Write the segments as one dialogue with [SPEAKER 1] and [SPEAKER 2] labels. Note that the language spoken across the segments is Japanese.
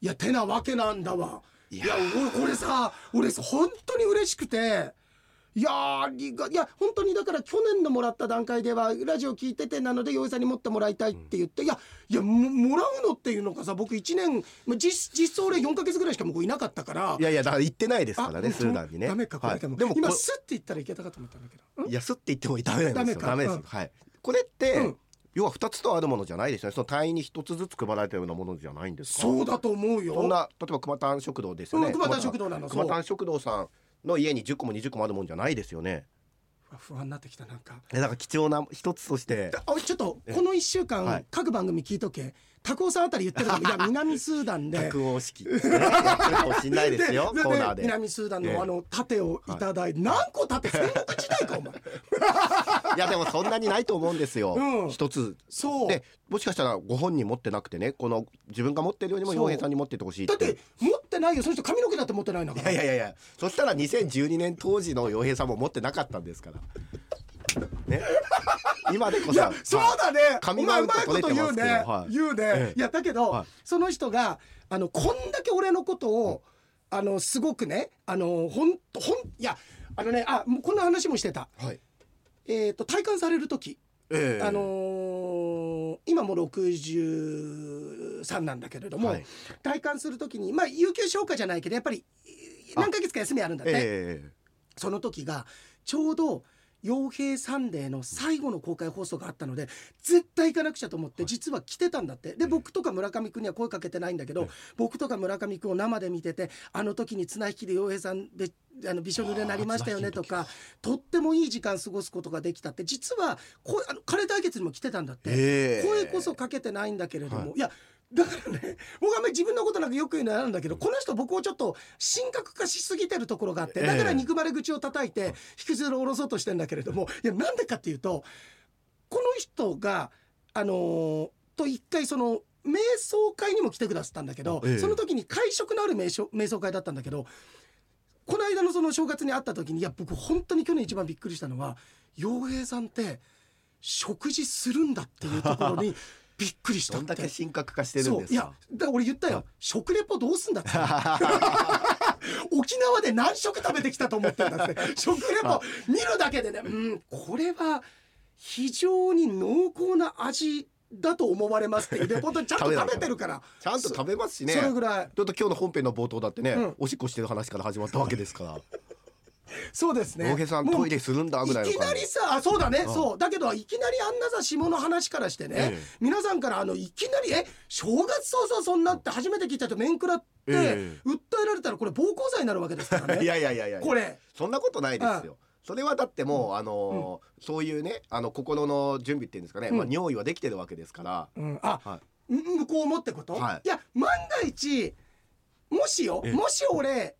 [SPEAKER 1] いや手なわけなんだわいや俺これさ俺さ本当に嬉しくていやーありがいや本当にだから去年のもらった段階ではラジオ聞いててなので洋井さんに持ってもらいたいって言って、いやいやももらうのっていうのがさ僕1年まあ実実装俺4か月ぐらいしか向こういなかったから
[SPEAKER 2] いやいやだから言ってないですから
[SPEAKER 1] あ
[SPEAKER 2] ねスーダンにね
[SPEAKER 1] ダメかこ
[SPEAKER 2] は
[SPEAKER 1] れ
[SPEAKER 2] い
[SPEAKER 1] でも,、
[SPEAKER 2] でも
[SPEAKER 1] 今
[SPEAKER 2] こ
[SPEAKER 1] スッて言ったらいけたかと思ったんだけどん
[SPEAKER 2] いやすって言ってもダメなんですよ
[SPEAKER 1] ダ
[SPEAKER 2] ダ
[SPEAKER 1] メ
[SPEAKER 2] メ
[SPEAKER 1] か
[SPEAKER 2] ですよはいこれって、
[SPEAKER 1] うん
[SPEAKER 2] 要は二つとあるものじゃないですよねその単位に一つずつ配られたようなものじゃないんですか
[SPEAKER 1] そうだと思うよ
[SPEAKER 2] そんな例えば熊田食堂ですよね、
[SPEAKER 1] うん熊田食堂なの
[SPEAKER 2] 熊
[SPEAKER 1] そう
[SPEAKER 2] 田食堂さんの家に10個も20個もあるもんじゃないですよね
[SPEAKER 1] 不安になってきたなんか
[SPEAKER 2] えだから貴重な一つとして
[SPEAKER 1] あおいちょっとこの1週間、
[SPEAKER 2] はい
[SPEAKER 1] 各番組聞いとけタコさんあたり言ってるの もいや南スーダンで。
[SPEAKER 2] 卓王 式ですねやってるかもしんないですよ
[SPEAKER 1] で
[SPEAKER 2] コーナーで
[SPEAKER 1] 南スーダン
[SPEAKER 2] ええ
[SPEAKER 1] のあの盾をいただいて、何個盾戦国時代かお前
[SPEAKER 2] いやでもそんなにないと思うんですよ
[SPEAKER 1] うん
[SPEAKER 2] 一、つ
[SPEAKER 1] そう
[SPEAKER 2] でもしかしたらご本人持ってなくてねこの自分が持ってるよりも
[SPEAKER 1] そう
[SPEAKER 2] 洋平さんに持っててほしい
[SPEAKER 1] だって持ってないよその人髪の毛だって持ってないんだか
[SPEAKER 2] い
[SPEAKER 1] ら
[SPEAKER 2] やいやいやいやそしたら2012年当時の洋平さんも持ってなかったんですからね今でこそ
[SPEAKER 1] いやそうだねお
[SPEAKER 2] 髪
[SPEAKER 1] 前
[SPEAKER 2] が
[SPEAKER 1] うまいこと言うね、
[SPEAKER 2] 取れてますけ
[SPEAKER 1] 言うね、
[SPEAKER 2] ええ
[SPEAKER 1] いやだけど、
[SPEAKER 2] はい
[SPEAKER 1] その人があのこんだけ俺のことを、あのすごくねあのほんとほんいやあのねあもうこんな話もしてた
[SPEAKER 2] はい
[SPEAKER 1] えっ、と体感される時
[SPEAKER 2] ええ
[SPEAKER 1] あのー今も63なんだけれども、
[SPEAKER 2] はい
[SPEAKER 1] 体感するときにまあ有給消化じゃないけどやっぱりい
[SPEAKER 2] あ
[SPEAKER 1] 何ヶ月か休みあるんだって、
[SPEAKER 2] ええ
[SPEAKER 1] その時がちょうど「傭兵サンデー」の最後の公開放送があったので絶対行かなくちゃと思って実は来てたんだってで僕とか村上君には声かけてないんだけど僕とか村上君を生で見ててあの時に綱引きで傭兵さんであのびしょ濡れになりましたよねとかとってもいい時間過ごすことができたって実はこあの彼対決にも来てたんだって。
[SPEAKER 2] ええ
[SPEAKER 1] 声こそかけてないんだけれども、
[SPEAKER 2] はい
[SPEAKER 1] い、やだからね 僕はあんまり自分のことなんかよく言うのはなんだけどこの人僕をちょっと神格化しすぎてるところがあってだから
[SPEAKER 2] ええ
[SPEAKER 1] 憎まれ口を叩いて引きずり下ろそうとしてんだけれどもいやなんでかっていうとこの人があのーと一回その瞑想会にも来てくださったんだけど、
[SPEAKER 2] ええ
[SPEAKER 1] その時に会食のある瞑想瞑想会だったんだけどこの間のその正月に会った時にいや僕本当に去年一番びっくりしたのは洋平さんって食事するんだっていうところ にびっくりした
[SPEAKER 2] ど
[SPEAKER 1] っ
[SPEAKER 2] ん
[SPEAKER 1] て
[SPEAKER 2] だけ神格化してるん
[SPEAKER 1] そう
[SPEAKER 2] で
[SPEAKER 1] い
[SPEAKER 2] す
[SPEAKER 1] や
[SPEAKER 2] か
[SPEAKER 1] だから俺言ったよ食レポどうすんだって沖縄で何食食べてきたと思ってん だって食レポ見るだけでねうんこれは非常に濃厚な味だと思われますっていうレポートちゃんと食べてるから
[SPEAKER 2] ちゃんと食べますしね
[SPEAKER 1] それぐらい
[SPEAKER 2] だって今日の本編の冒頭だってね、
[SPEAKER 1] うん
[SPEAKER 2] おしっこしてる話から始まったわけですから
[SPEAKER 1] そうですね
[SPEAKER 2] 洋平さん
[SPEAKER 1] もう
[SPEAKER 2] トイレするんだぐらいの
[SPEAKER 1] いきな
[SPEAKER 2] 感
[SPEAKER 1] り
[SPEAKER 2] じ
[SPEAKER 1] さあそうだね
[SPEAKER 2] うん
[SPEAKER 1] そうだけどいきなりあんなさ下の話からしてね、
[SPEAKER 2] ええ
[SPEAKER 1] 皆さんからあのいきなり「え正月早々そんな」って初めて聞いた人面食らって訴
[SPEAKER 2] ええ
[SPEAKER 1] えられたらこれ暴行罪になるわけですから
[SPEAKER 2] い
[SPEAKER 1] ね
[SPEAKER 2] やいやいやいや
[SPEAKER 1] これ
[SPEAKER 2] そんなことないですよ。それはだってもう、あのーそういうねあの心の準備っていうんですかね、
[SPEAKER 1] うん
[SPEAKER 2] まあ、尿意はできてるわけですから、
[SPEAKER 1] うんあ、
[SPEAKER 2] は
[SPEAKER 1] む向こうもってこと、
[SPEAKER 2] はいい、
[SPEAKER 1] や万が一もしよ
[SPEAKER 2] ええ
[SPEAKER 1] もし俺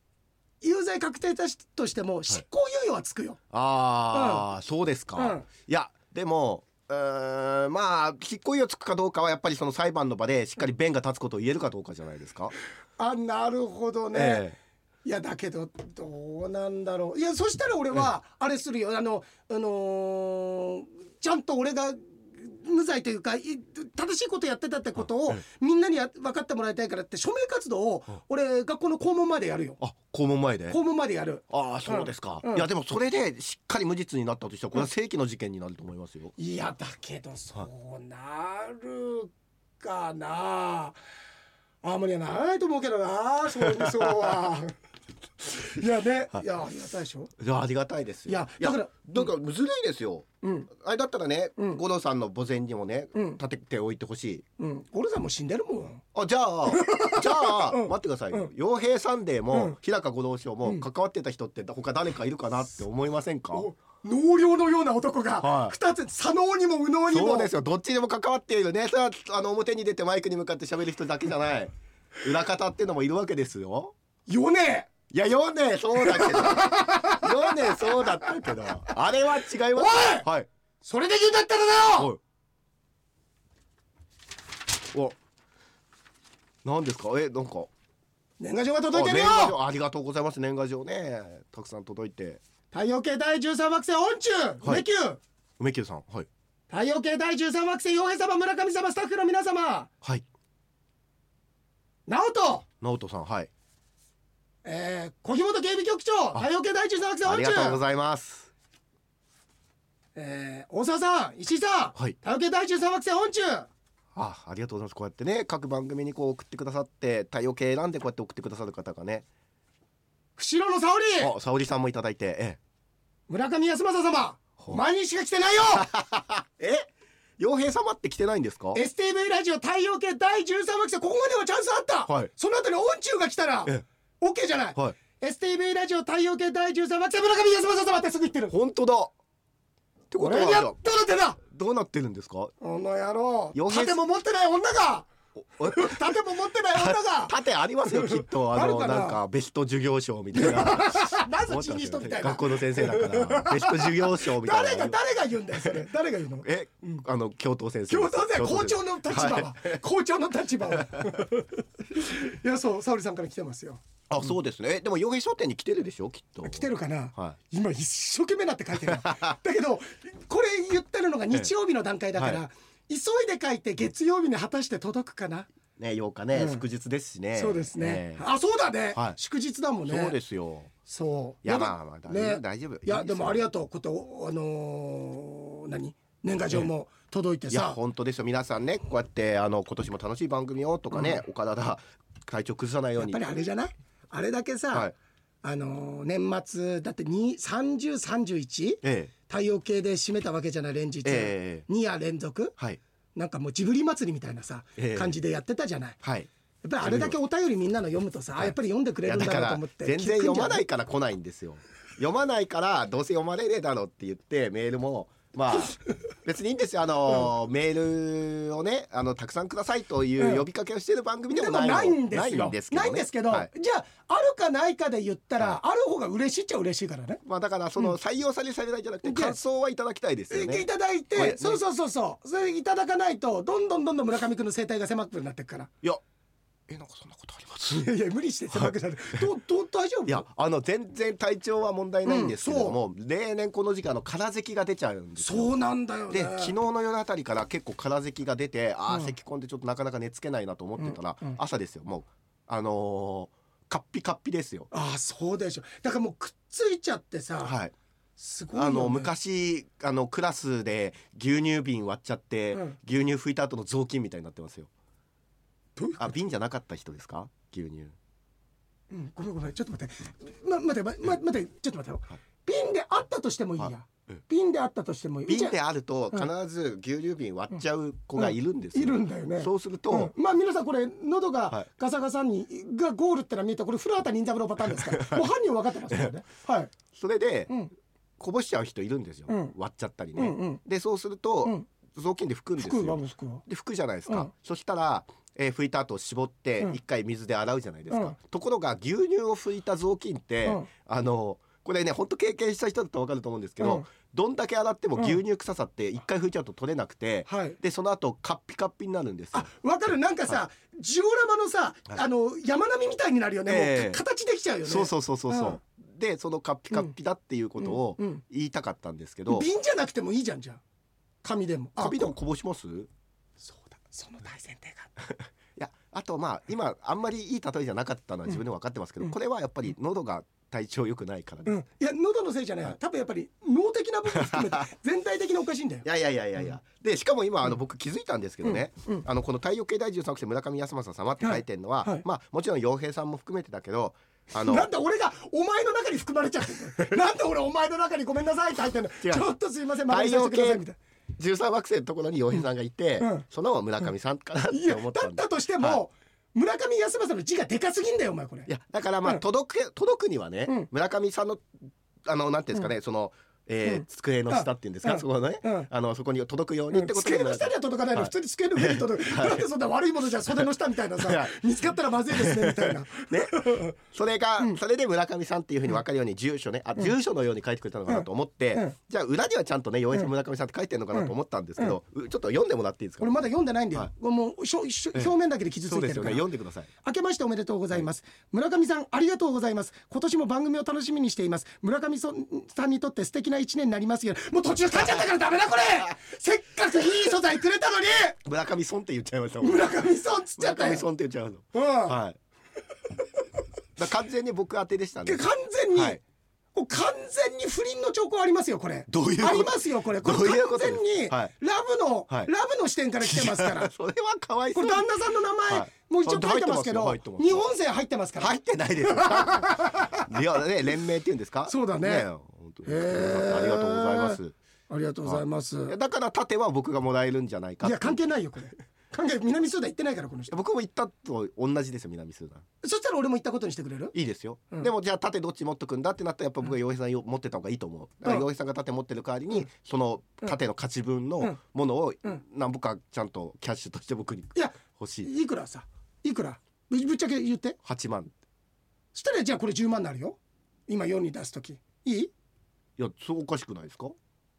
[SPEAKER 1] 有罪確定だとしても執行猶予はつくよ、
[SPEAKER 2] ああ、そうですか、
[SPEAKER 1] うん
[SPEAKER 2] いやでもうーんまあ執行猶予つくかどうかはやっぱりその裁判の場でしっかり弁が立つことを言えるかどうかじゃないですか。
[SPEAKER 1] あなるほどね、
[SPEAKER 2] え
[SPEAKER 1] いやだけどどうなんだろういやそしたら俺はあれするよあのあのーちゃんと俺が無罪というかい正しいことやってたってことを
[SPEAKER 2] え
[SPEAKER 1] みんなにや分かってもらいたいからって署名活動を俺学校の校門までやるよ
[SPEAKER 2] あ校門前で
[SPEAKER 1] 校門までやる
[SPEAKER 2] ああそうですか、
[SPEAKER 1] うんうん
[SPEAKER 2] いやでもそれでしっかり無実になったとしたらこれは正規の事件になると思いますよ。
[SPEAKER 1] いやだけどそうなるかなあんまりないと思うけどなそうそう はいやねいやありがたいでしょ
[SPEAKER 2] いやありがたいですよ。
[SPEAKER 1] いや
[SPEAKER 2] いや
[SPEAKER 1] だから
[SPEAKER 2] なんかむずるいですよ。
[SPEAKER 1] うん
[SPEAKER 2] あれだったらね、
[SPEAKER 1] うん
[SPEAKER 2] 五郎さんの墓前にもね、
[SPEAKER 1] うん
[SPEAKER 2] 立てておいてほしい。
[SPEAKER 1] うん俺さんもう死んでるもん
[SPEAKER 2] あじゃ あじゃあ、
[SPEAKER 1] うん
[SPEAKER 2] 待ってくださいよ
[SPEAKER 1] う。
[SPEAKER 2] 傭兵サンデーも、
[SPEAKER 1] うん
[SPEAKER 2] 日高五郎賞も、
[SPEAKER 1] うん
[SPEAKER 2] 関わってた人って他誰かいるかなって思いませんか。
[SPEAKER 1] お納涼のような男が
[SPEAKER 2] はい
[SPEAKER 1] 二つ、左脳にも右脳にも
[SPEAKER 2] そうですよ。どっちにも関わっているね。さあの表に出てマイクに向かって喋る人だけじ ゃない。裏方ってのもいるわけですよ。
[SPEAKER 1] よね
[SPEAKER 2] いやヨネそうだけ ど。ヨネそうだったけど。あれは違います。はい。
[SPEAKER 1] それで言うんだったらだよ
[SPEAKER 2] おいお何ですかえなんか
[SPEAKER 1] 年賀状が
[SPEAKER 2] あ
[SPEAKER 1] 届いてる
[SPEAKER 2] 年賀
[SPEAKER 1] よ
[SPEAKER 2] 状ありがとうございます年賀状ねたくさん届いて
[SPEAKER 1] 太陽系第13惑星恩中
[SPEAKER 2] い
[SPEAKER 1] 梅宮、
[SPEAKER 2] 梅久さんはい
[SPEAKER 1] 太陽系第13惑星洋平様村上様スタッフの皆様
[SPEAKER 2] はい
[SPEAKER 1] 直人
[SPEAKER 2] 直人さんはい
[SPEAKER 1] えー、小木本警備局長太陽系第一作戦
[SPEAKER 2] あ
[SPEAKER 1] 音
[SPEAKER 2] り
[SPEAKER 1] 中
[SPEAKER 2] がとうございます
[SPEAKER 1] えー、大沢さん石井さん
[SPEAKER 2] はい
[SPEAKER 1] 太陽系第一作戦音中
[SPEAKER 2] あありがとうございますこうやってね各番組にこう送ってくださって太陽系選んでこうやって送ってくださる方がね
[SPEAKER 1] 釧路の沙織
[SPEAKER 2] あ沙織さんもいただいてえ
[SPEAKER 1] 村上康政様
[SPEAKER 2] ほう
[SPEAKER 1] お前にしか来てないよ
[SPEAKER 2] ええ傭兵様って来てないんですか
[SPEAKER 1] STV ラジオ太陽系第13惑星ここまではチャンスあった、
[SPEAKER 2] はい
[SPEAKER 1] その後に音中が来たら
[SPEAKER 2] え
[SPEAKER 1] OK じゃない、
[SPEAKER 2] はい
[SPEAKER 1] STV ラジオ太陽系第13惑星村上康政様ってすぐ言ってる
[SPEAKER 2] 本当だってこと
[SPEAKER 1] 俺
[SPEAKER 2] は
[SPEAKER 1] に
[SPEAKER 2] じ
[SPEAKER 1] や
[SPEAKER 2] ゃ
[SPEAKER 1] っ
[SPEAKER 2] あ
[SPEAKER 1] たらてな
[SPEAKER 2] どうなってるんですか
[SPEAKER 1] この野郎
[SPEAKER 2] 洋平さ
[SPEAKER 1] 盾
[SPEAKER 2] ん
[SPEAKER 1] も持ってない女が
[SPEAKER 2] おお
[SPEAKER 1] 盾も持ってない女 が
[SPEAKER 2] 盾ありますよきっとあの
[SPEAKER 1] あるかな
[SPEAKER 2] なんかベスト授業賞みたい な
[SPEAKER 1] なぜチニストみたいな
[SPEAKER 2] 学校の先生だからベスト授業賞みたいな
[SPEAKER 1] 誰が誰が言うんだよそれ誰が言うの
[SPEAKER 2] え、あの教頭先生
[SPEAKER 1] 教頭で校長の立場は、
[SPEAKER 2] い
[SPEAKER 1] 校長の立場は いやそう沙織さんから来てますよ
[SPEAKER 2] あそうですねえでも傭兵商店に来てるでしょきっと
[SPEAKER 1] 来てるかな、
[SPEAKER 2] は
[SPEAKER 1] 今一生懸命なって書い てるだけどこれ言ってるのが日曜日の段階だから、
[SPEAKER 2] は
[SPEAKER 1] 急いで書いて月曜日に果たして届くかな、
[SPEAKER 2] ね8日ね、
[SPEAKER 1] うん
[SPEAKER 2] 祝日ですしね
[SPEAKER 1] そうですね、
[SPEAKER 2] ええ
[SPEAKER 1] あそうだね、
[SPEAKER 2] はい
[SPEAKER 1] 祝日だもんね
[SPEAKER 2] そうですよ
[SPEAKER 1] そう
[SPEAKER 2] いや
[SPEAKER 1] だ
[SPEAKER 2] まあまあ大丈夫大丈夫
[SPEAKER 1] いやでもあり
[SPEAKER 2] が
[SPEAKER 1] がとうことおあのー何年賀状も届いて
[SPEAKER 2] いや
[SPEAKER 1] さ、
[SPEAKER 2] 本当ですよ皆さんねこうやってあの今年も楽しい番組をとかね、お体体調崩さないよう
[SPEAKER 1] やっ
[SPEAKER 2] に
[SPEAKER 1] ぱりあれじゃないあれだけさ、
[SPEAKER 2] はい
[SPEAKER 1] あのー年末だってに3031
[SPEAKER 2] ええ
[SPEAKER 1] 太陽系で締めたわけじゃない連日、
[SPEAKER 2] ええ
[SPEAKER 1] 2夜連続
[SPEAKER 2] はい
[SPEAKER 1] なんかもうジブリ祭りみたいなさ、
[SPEAKER 2] ええ
[SPEAKER 1] 感じでやってたじゃない
[SPEAKER 2] はい
[SPEAKER 1] やっぱりあれだけお便りみんなの読むとさ、
[SPEAKER 2] い
[SPEAKER 1] やっぱり読んでく
[SPEAKER 2] い
[SPEAKER 1] れ
[SPEAKER 2] や
[SPEAKER 1] るん
[SPEAKER 2] だ
[SPEAKER 1] だ
[SPEAKER 2] か
[SPEAKER 1] なと
[SPEAKER 2] ら
[SPEAKER 1] 思って
[SPEAKER 2] 全
[SPEAKER 1] 聞く
[SPEAKER 2] 然
[SPEAKER 1] ん
[SPEAKER 2] 読
[SPEAKER 1] じゃ
[SPEAKER 2] まないから来ないんですよ 読まないからどうせ読まれねえだろうって言ってメールもま あ別にいいんですよあの、メールをねあのたくさんくださいという呼びかけをしている番組で
[SPEAKER 1] で
[SPEAKER 2] も
[SPEAKER 1] も
[SPEAKER 2] ないの
[SPEAKER 1] ないんですよ
[SPEAKER 2] な
[SPEAKER 1] ないい
[SPEAKER 2] ん
[SPEAKER 1] ん
[SPEAKER 2] で
[SPEAKER 1] ですす
[SPEAKER 2] け
[SPEAKER 1] けど,、
[SPEAKER 2] どねはい
[SPEAKER 1] じゃああるかないかで言ったら、ある方が嬉しいっちゃ嬉しいからね
[SPEAKER 2] まあだからその採用されされないじゃなくて
[SPEAKER 1] で
[SPEAKER 2] 感想はいただきたいですよ
[SPEAKER 1] い
[SPEAKER 2] ね
[SPEAKER 1] ただいて、
[SPEAKER 2] はい
[SPEAKER 1] そうそうそうそうそれいただかないとどんどんどんどん村上君の生態が狭くなってくから
[SPEAKER 2] いやえなんかそんなことあります
[SPEAKER 1] いやいや無理して狭くなる、どう どう大丈夫
[SPEAKER 2] いやあの全然体調は問題ないんですけれども、例年この時間の空咳が出ちゃうんですよ
[SPEAKER 1] そうなんだよね
[SPEAKER 2] で昨日の夜あたりから結構空咳が出てああ、咳込んでちょっとなかなか寝つけないなと思ってたら、
[SPEAKER 1] うんうん
[SPEAKER 2] 朝ですよもうあのー、カッピカッピですよ。
[SPEAKER 1] ああそうでしょだからもうくっついちゃってさ、
[SPEAKER 2] はい、
[SPEAKER 1] すごいよ、ね、
[SPEAKER 2] あの昔あのクラスで牛乳瓶割っちゃって、
[SPEAKER 1] うん
[SPEAKER 2] 牛乳拭いた後の雑巾みたいになってますよ。
[SPEAKER 1] どういうこと
[SPEAKER 2] あ瓶じゃなかった人ですか牛乳
[SPEAKER 1] うん、ごめんごめんちょっと待って、ま、待って、ま、待ってちょっと待ってよ瓶であったとしてもいいや、
[SPEAKER 2] はいうん
[SPEAKER 1] 瓶であったとしてもいい
[SPEAKER 2] 瓶
[SPEAKER 1] じ
[SPEAKER 2] で
[SPEAKER 1] ゃ
[SPEAKER 2] あると
[SPEAKER 1] うん
[SPEAKER 2] 必ず牛乳瓶割っちゃう子がいるんです
[SPEAKER 1] あ
[SPEAKER 2] よ。
[SPEAKER 1] いるんだよね
[SPEAKER 2] そうすると、
[SPEAKER 1] うんまあ皆さんこれ喉
[SPEAKER 2] は
[SPEAKER 1] が
[SPEAKER 2] い
[SPEAKER 1] ガサガサに、がゴールってのは見えたこれ古畑任三郎パターンですからもう犯人分かってますからねはい、
[SPEAKER 2] それで
[SPEAKER 1] うん
[SPEAKER 2] こぼしちゃう人いるんですよ、
[SPEAKER 1] うん
[SPEAKER 2] 割っちゃったり
[SPEAKER 1] う
[SPEAKER 2] ね。
[SPEAKER 1] んうん
[SPEAKER 2] でそうすると、
[SPEAKER 1] うん
[SPEAKER 2] 雑巾で拭くんですよ。
[SPEAKER 1] 服はもう服は
[SPEAKER 2] で拭くじゃないですか、
[SPEAKER 1] うん
[SPEAKER 2] そしたら、えー拭いた後絞って
[SPEAKER 1] うん
[SPEAKER 2] 一回水で洗うじゃないですか、
[SPEAKER 1] うん
[SPEAKER 2] ところが牛乳を拭いた雑巾って、
[SPEAKER 1] うん
[SPEAKER 2] あのこれね本当経験した人だと分かると思うんですけど、
[SPEAKER 1] うん
[SPEAKER 2] どんだけ洗っても
[SPEAKER 1] うん
[SPEAKER 2] 牛乳臭さって一回拭いちゃうと取れなくて、
[SPEAKER 1] はい
[SPEAKER 2] でその後カッピカッピになるんですよ
[SPEAKER 1] あ。分かるなんかさ、ジオラマのさ、
[SPEAKER 2] はい
[SPEAKER 1] あの山並みみたいになるよね、
[SPEAKER 2] ええ
[SPEAKER 1] もう形できちゃうよね
[SPEAKER 2] そうそうそうそうそう、でそのカッピカッピだっていうことを
[SPEAKER 1] うんうん
[SPEAKER 2] 言いたかったんですけど、
[SPEAKER 1] 瓶じゃなくてもいいじゃんじゃあ紙でもあ
[SPEAKER 2] カビでもこぼしますい
[SPEAKER 1] そうだその大前提が
[SPEAKER 2] やあとまあ今あんまりいい例えじゃなかったのは自分でも分かってますけど、
[SPEAKER 1] うん
[SPEAKER 2] これはやっぱり喉が体調良くないからです
[SPEAKER 1] うん、いや喉のせいじゃない、
[SPEAKER 2] はい
[SPEAKER 1] 多分やっぱり脳的な部分含め て全体的におかしいんだよ
[SPEAKER 2] い。やいやいやいやいや、でしかも今あの僕気づいたんですけどね、
[SPEAKER 1] うんうん
[SPEAKER 2] あのこの「太陽系第13世村上康政様」って書いてるのは、
[SPEAKER 1] はいはい
[SPEAKER 2] まあもちろん洋平さんも含めてだけどあ の
[SPEAKER 1] なんで俺がお前の中に含まれちゃってんのなんで俺お前の中にごめんなさいって入ってんの
[SPEAKER 2] 違う
[SPEAKER 1] ちょっとすいません
[SPEAKER 2] 太
[SPEAKER 1] 任せ
[SPEAKER 2] 陽
[SPEAKER 1] てください
[SPEAKER 2] 系
[SPEAKER 1] みたい
[SPEAKER 2] 13惑星のところに洋平さんがいて、
[SPEAKER 1] うんうん
[SPEAKER 2] その村上さんかなっ
[SPEAKER 1] な。い
[SPEAKER 2] て
[SPEAKER 1] や
[SPEAKER 2] 思っ
[SPEAKER 1] だ
[SPEAKER 2] た
[SPEAKER 1] っ
[SPEAKER 2] んで
[SPEAKER 1] たとしても、
[SPEAKER 2] は
[SPEAKER 1] 村上康政の字がでかすぎんだよお前これ。
[SPEAKER 2] いやだからまあ
[SPEAKER 1] うん
[SPEAKER 2] 届け届くにはね、
[SPEAKER 1] うん
[SPEAKER 2] 村上さんのあのなんていうんですかね、その、えー
[SPEAKER 1] うん
[SPEAKER 2] 机の下っていうんですか、
[SPEAKER 1] うん
[SPEAKER 2] そこのね、
[SPEAKER 1] うん
[SPEAKER 2] あのそこに届くように
[SPEAKER 1] う
[SPEAKER 2] っ
[SPEAKER 1] ん
[SPEAKER 2] てこと
[SPEAKER 1] 机の下には届かないの、
[SPEAKER 2] は
[SPEAKER 1] 普
[SPEAKER 2] い
[SPEAKER 1] 通に机の上に届く、なんでそんな悪いものじゃ袖の下みたいなさ、
[SPEAKER 2] はい
[SPEAKER 1] 見つかったらまずいですねみたいな
[SPEAKER 2] ね、それが、それで村上さんっていうふうに分かるように住所ねあ、住所のように書いてくれたのかなと思って、
[SPEAKER 1] うんうん
[SPEAKER 2] じゃあ裏にはちゃんとね洋平さん村上さんって書いてるのかなと思ったんですけど、うちょっと読んでもらっていいですか
[SPEAKER 1] 俺まだ読んでないんだよ、
[SPEAKER 2] は
[SPEAKER 1] もうしょしょ表面だけで傷つ
[SPEAKER 2] そう
[SPEAKER 1] いてる
[SPEAKER 2] です
[SPEAKER 1] から
[SPEAKER 2] よね、読んでください
[SPEAKER 1] 明けましておめでとうございます、村上さんありがとうございます今年も番組を楽しみにしています村上さんにとって素敵な一年になりますようにもう途中立っちゃったからダメだ これせっかくいい素材くれたのに
[SPEAKER 2] 村上村って言っちゃいましたもん
[SPEAKER 1] 村上さんっつっちゃった
[SPEAKER 2] 村上
[SPEAKER 1] よ
[SPEAKER 2] 村って言っちゃうの、
[SPEAKER 1] うん、
[SPEAKER 2] はいだから完全に僕宛てでしたね
[SPEAKER 1] 完全に、
[SPEAKER 2] はい
[SPEAKER 1] こう完全に不倫の兆候ありますよこれ
[SPEAKER 2] どういうこと
[SPEAKER 1] ありますよこれこれ
[SPEAKER 2] どういうこ
[SPEAKER 1] 完
[SPEAKER 2] とで
[SPEAKER 1] 全
[SPEAKER 2] す
[SPEAKER 1] に
[SPEAKER 2] はい
[SPEAKER 1] ラブの、
[SPEAKER 2] はい
[SPEAKER 1] ラブの視点から来てますから
[SPEAKER 2] いやそれはかわい
[SPEAKER 1] こ
[SPEAKER 2] そう
[SPEAKER 1] れ旦那さんの名前、
[SPEAKER 2] はい
[SPEAKER 1] もう一応書いてますけど
[SPEAKER 2] 入ってますよ入ってます
[SPEAKER 1] 日本勢入ってますから、
[SPEAKER 2] 入ってない ですよいやね連盟っていうんですか
[SPEAKER 1] そうだね
[SPEAKER 2] 本当に
[SPEAKER 1] へー
[SPEAKER 2] ありがとうございます
[SPEAKER 1] ありがとうございます、
[SPEAKER 2] いやだから盾は僕がもらえるんじゃないかっ
[SPEAKER 1] い
[SPEAKER 2] て
[SPEAKER 1] や関係ないよこれ関係南スーダン行ってないからこの人
[SPEAKER 2] 僕も行ったと同じですよ南スーダン
[SPEAKER 1] そしたら俺も行ったことにしてくれる
[SPEAKER 2] いいですよ、
[SPEAKER 1] うん
[SPEAKER 2] でもじゃあ盾どっち持っとくんだってなったらやっぱ僕は洋平さんよ持ってた方がいいと思うだから洋平さんが盾持ってる代わりに、その盾の価値分
[SPEAKER 1] うん
[SPEAKER 2] のものを
[SPEAKER 1] うん
[SPEAKER 2] 何部かちゃんとキャッシュとして僕に
[SPEAKER 1] いや
[SPEAKER 2] 欲しい
[SPEAKER 1] いくらさいくらぶぶっちゃけ言って
[SPEAKER 2] 8万
[SPEAKER 1] そしたらじゃあこれ10万になるよ今世に出す時いい
[SPEAKER 2] いやそうおかしくないですか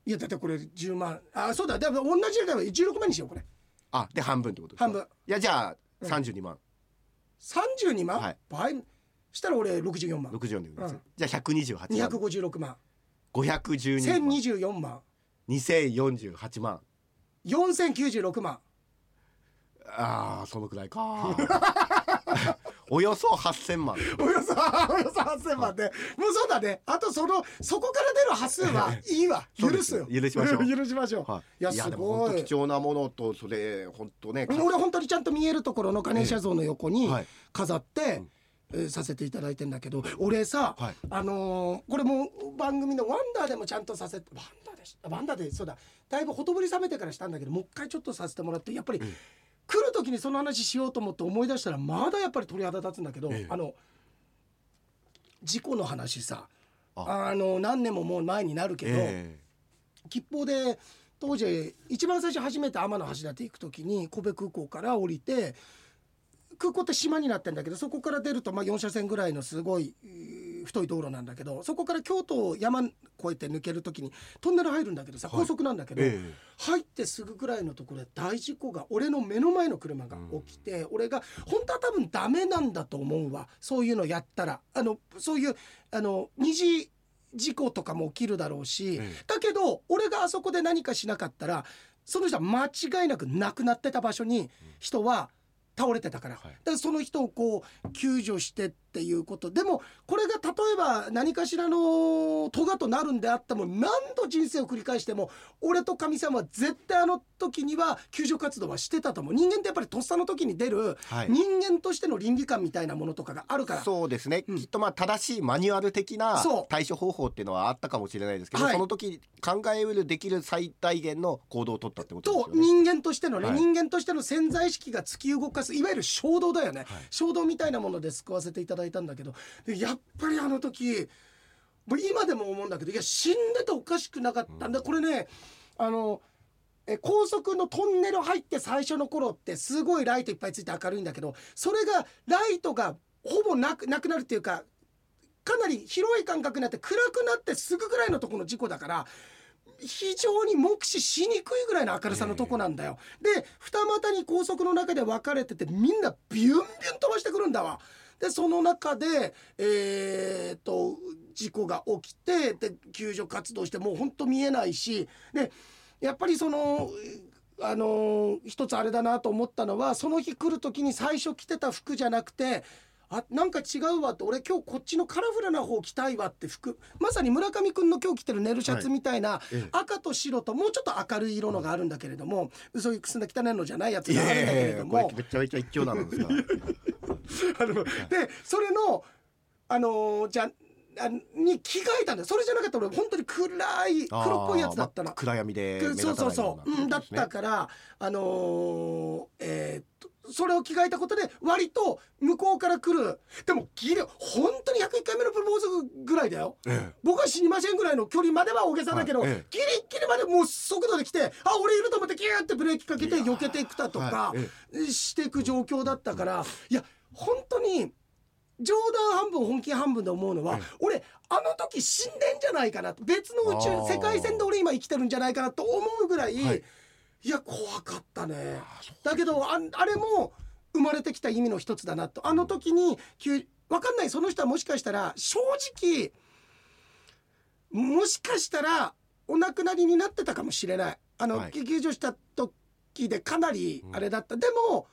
[SPEAKER 1] いやだってこれ10万あそうだでも同じだから16万にしようこれ
[SPEAKER 2] あで半分ってことですか
[SPEAKER 1] 半分
[SPEAKER 2] いやじゃあ
[SPEAKER 1] うん
[SPEAKER 2] 32万、
[SPEAKER 1] 32万、
[SPEAKER 2] はい
[SPEAKER 1] 倍したら俺64万
[SPEAKER 2] 64年です、
[SPEAKER 1] うん
[SPEAKER 2] じゃあ128万
[SPEAKER 1] 256万
[SPEAKER 2] 512万
[SPEAKER 1] 1024万
[SPEAKER 2] 2048万
[SPEAKER 1] 4096万
[SPEAKER 2] あーそのくらいか およそ8000万
[SPEAKER 1] およそおよそ8000万で、もうそうだねあとそのそこから出る端数はいいわ
[SPEAKER 2] そ
[SPEAKER 1] 許
[SPEAKER 2] うです
[SPEAKER 1] よ
[SPEAKER 2] 許しましょ う
[SPEAKER 1] 許しましょう、、
[SPEAKER 2] はい
[SPEAKER 1] や
[SPEAKER 2] いや
[SPEAKER 1] す
[SPEAKER 2] でも本
[SPEAKER 1] ご
[SPEAKER 2] 当
[SPEAKER 1] い
[SPEAKER 2] 貴重なものとそれ本当ね
[SPEAKER 1] 俺本当にちゃんと見えるところのガネーシャ像の横に
[SPEAKER 2] はい
[SPEAKER 1] 飾って
[SPEAKER 2] ん、
[SPEAKER 1] えーさせていただいてんだけど俺さ、
[SPEAKER 2] はい
[SPEAKER 1] あのーこれも番組の「ワンダー」でもちゃんとさせて「ワンダー」でした「ワンダー」でそうだだいぶほとぼり冷めてからしたんだけどもう一回ちょっとさせてもらってやっぱり、来る時にその話しようと思って思い出したらまだやっぱり鳥肌立つんだけど、
[SPEAKER 2] ええ
[SPEAKER 1] あの事故の話さ
[SPEAKER 2] あ
[SPEAKER 1] あの何年ももう前になるけど。
[SPEAKER 2] え
[SPEAKER 1] 吉報で当時一番最初初めて天橋立行く時に神戸空港から降りて空港って島になってんだけどそこから出るとまあ4車線ぐらいのすごいえー太い道路なんだけどそこから京都を山越えて抜ける時にトンネル入るんだけどさ
[SPEAKER 2] はい
[SPEAKER 1] 高速なんだけど、
[SPEAKER 2] ええ
[SPEAKER 1] 入ってすぐぐらいのところで大事故が俺の目の前の車が起きて、俺が本当は多分ダメなんだと思うわそういうのやったらあのそういうあの二次事故とかも起きるだろうし、
[SPEAKER 2] ええ
[SPEAKER 1] だけど俺があそこで何かしなかったらその人は間違いなく亡くなってた場所に人は倒れてたから,、
[SPEAKER 2] はい
[SPEAKER 1] だからその人をこう救助してっていうことでもこれが例えば何かしらの咎となるんであっても何度人生を繰り返しても俺とかみさんは絶対あの時には救助活動はしてたと思う人間ってやっぱりとっさの時に出る
[SPEAKER 2] はい
[SPEAKER 1] 人間としての倫理観みたいなものとかがあるから。
[SPEAKER 2] そうですね、
[SPEAKER 1] うん
[SPEAKER 2] きっとまあ正しいマニュアル的な
[SPEAKER 1] そう
[SPEAKER 2] 対処方法っていうのはあったかもしれないですけど、
[SPEAKER 1] はい
[SPEAKER 2] その時考えうるできる最大限の行動を取ったってことです
[SPEAKER 1] と
[SPEAKER 2] よね。
[SPEAKER 1] 人間としてのね、
[SPEAKER 2] はい
[SPEAKER 1] 人間としての潜在意識が突き動かすいわゆる衝動だよね、衝動みたいなもので救わせていただいたんだけどでやっぱりあの時もう今でも思うんだけどいや死んでておかしくなかったんだ、これねあのえ高速のトンネル入って最初の頃ってすごいライトいっぱいついて明るいんだけどそれがライトがほぼなくなくなるっていうかかなり広い間隔になって暗くなってすぐぐらいのところの事故だから非常に目視しにくいぐらいの明るさのとこなんだよ。で二股に高速の中で分かれててみんなビュンビュン飛ばしてくるんだわ。でその中でえーっと事故が起きてで救助活動してもうほんと見えないしでやっぱりその。あのー一つあれだなと思ったのはその日来る時に最初着てた服じゃなくてあなんか違うわって俺今日こっちのカラフルな方着たいわって服まさに村上君の今日着てるネルシャツみたいな、
[SPEAKER 2] ええ
[SPEAKER 1] 赤と白ともうちょっと明るい色のがあるんだけれども、そういうくすんだ汚いのじゃないやつ
[SPEAKER 2] い
[SPEAKER 1] があ
[SPEAKER 2] やい
[SPEAKER 1] るんだけ
[SPEAKER 2] や
[SPEAKER 1] れ
[SPEAKER 2] いや
[SPEAKER 1] ど
[SPEAKER 2] これ
[SPEAKER 1] も
[SPEAKER 2] めちゃめちゃ一挙なのですから。
[SPEAKER 1] あのでそれのあのーじゃあに着替えたんだよそれじゃなかったら俺本当に暗い 黒っぽいやつだった
[SPEAKER 2] あー
[SPEAKER 1] の。
[SPEAKER 2] まあ暗闇で目立た
[SPEAKER 1] そ
[SPEAKER 2] な
[SPEAKER 1] う
[SPEAKER 2] い
[SPEAKER 1] そうう
[SPEAKER 2] よな
[SPEAKER 1] そう、うん、だったからあのーえーっとそれを着替えたことで割と向こうから来るでもギリ本当に101回目のプロポーズぐらいだよ
[SPEAKER 2] え
[SPEAKER 1] 僕は死にませんぐらいの距離までは大げさだけど、
[SPEAKER 2] はいええ
[SPEAKER 1] ギリギリまでもう速度で来てあ俺いると思ってギューってブレーキかけて避けていくたとか
[SPEAKER 2] はいえ
[SPEAKER 1] していく状況だったからいや本当に冗談半分本気半分で思うのは、
[SPEAKER 2] ええ
[SPEAKER 1] 俺あの時死んでんじゃないかなと別の宇
[SPEAKER 2] あ
[SPEAKER 1] 宙
[SPEAKER 2] ー
[SPEAKER 1] 世界線で俺今生きてるんじゃないかなと思うぐらい、
[SPEAKER 2] はいい、
[SPEAKER 1] や怖かったね。
[SPEAKER 2] あそう
[SPEAKER 1] だけどああれも生まれてきた意味の一つだなとあの時に急わかんないその人はもしかしたら正直もしかしたらお亡くなりになってたかもしれないあの、
[SPEAKER 2] はい
[SPEAKER 1] 救助した時でかなりあれだった、でも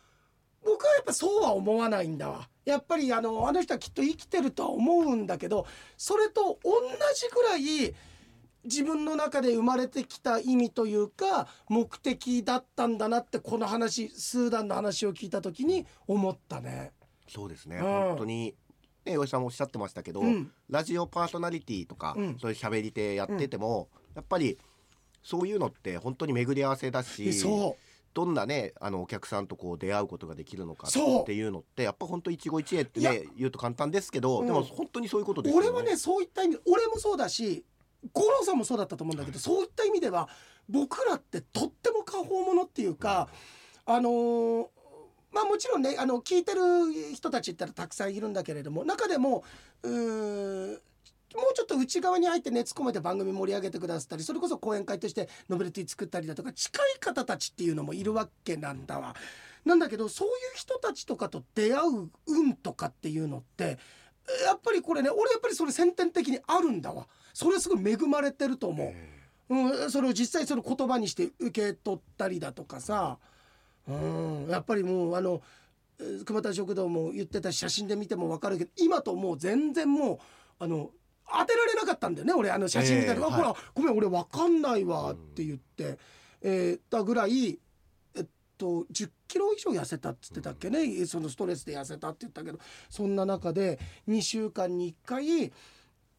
[SPEAKER 1] 僕はやっぱそうは思わないんだわやっぱりあのあの人はきっと生きてるとは思うんだけどそれと同じぐらい自分の中で生まれてきた意味というか目的だったんだなってこの話スーダンの話を聞いた時に思ったね。
[SPEAKER 2] そうですね、
[SPEAKER 1] うん
[SPEAKER 2] 本当にね吉さんもおっしゃってましたけど、
[SPEAKER 1] うん
[SPEAKER 2] ラジオパーソナリティとか、
[SPEAKER 1] うん
[SPEAKER 2] そういう喋り手やってても、やっぱりそういうのって本当に巡り合わせだし
[SPEAKER 1] そう
[SPEAKER 2] どんなねあのお客さんとこう出会うことができるのか
[SPEAKER 1] そう
[SPEAKER 2] っていうのってやっぱ本当一期一会って
[SPEAKER 1] いや
[SPEAKER 2] ね言うと簡単ですけど、
[SPEAKER 1] うん
[SPEAKER 2] でも本当にそういうことですよね。
[SPEAKER 1] 俺はねそういった意味俺もそうだし五郎さんもそうだったと思うんだけど、そういった意味では僕らってとっても過方者っていうか、あのーまあもちろんねあの聞いてる人たちってのはたくさんいるんだけれども中でもうーんもうちょっと内側に入って熱込めて番組盛り上げてくださったりそれこそ講演会としてノベルティ作ったりだとか近い方たちっていうのもいるわけなんだわ。なんだけどそういう人たちとかと出会う運とかっていうのってやっぱりこれね俺やっぱりそれ先天的にあるんだわそれはすごい恵まれてると思う、うん、それを実際その言葉にして受け取ったりだとかさ、うん、やっぱりもうあのえー熊田食堂も言ってたし写真で見ても分かるけど今ともう全然もうあの当てられなかったんだよね俺あの写真見たら、
[SPEAKER 2] ええ
[SPEAKER 1] あほら、ごめん俺分かんないわ
[SPEAKER 2] う
[SPEAKER 1] っ
[SPEAKER 2] ん
[SPEAKER 1] て言って、えーだぐらいえっと10キロ以上痩せたっつってたっけね、そのストレスで痩せたって言ったけどそんな中で2週間に1回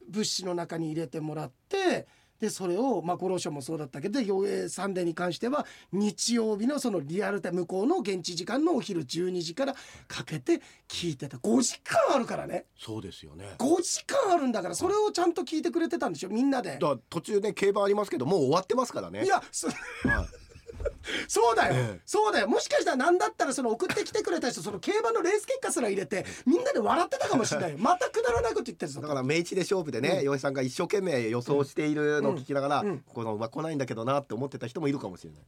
[SPEAKER 1] 物資の中に入れてもらってでそれを、まあ、ご老もそうだったけど「よえーサンデー」に関しては日曜日のそのリアルタイム向こうの現地時間のお昼12時からかけて聞いてた5時間あるからね
[SPEAKER 2] そうですよね。
[SPEAKER 1] 5時間あるんだからそれをちゃんと聞いてくれてたんでしょみんなで。
[SPEAKER 2] だから途中ね競馬ありますけどもう終わってますからね。
[SPEAKER 1] いやそ
[SPEAKER 2] はい
[SPEAKER 1] そうだよ、
[SPEAKER 2] ええ
[SPEAKER 1] そうだよもしかしたら何だったらその送ってきてくれた人その競馬のレース結果すら入れてみんなで笑ってたかもしれない よまたくだらないこと言ってるぞ
[SPEAKER 2] だから明治で勝負でね、洋一さんが一生懸命予想しているのを聞きながら、
[SPEAKER 1] うんうん
[SPEAKER 2] この馬来ないんだけどなって思ってた人もいるかもしれない。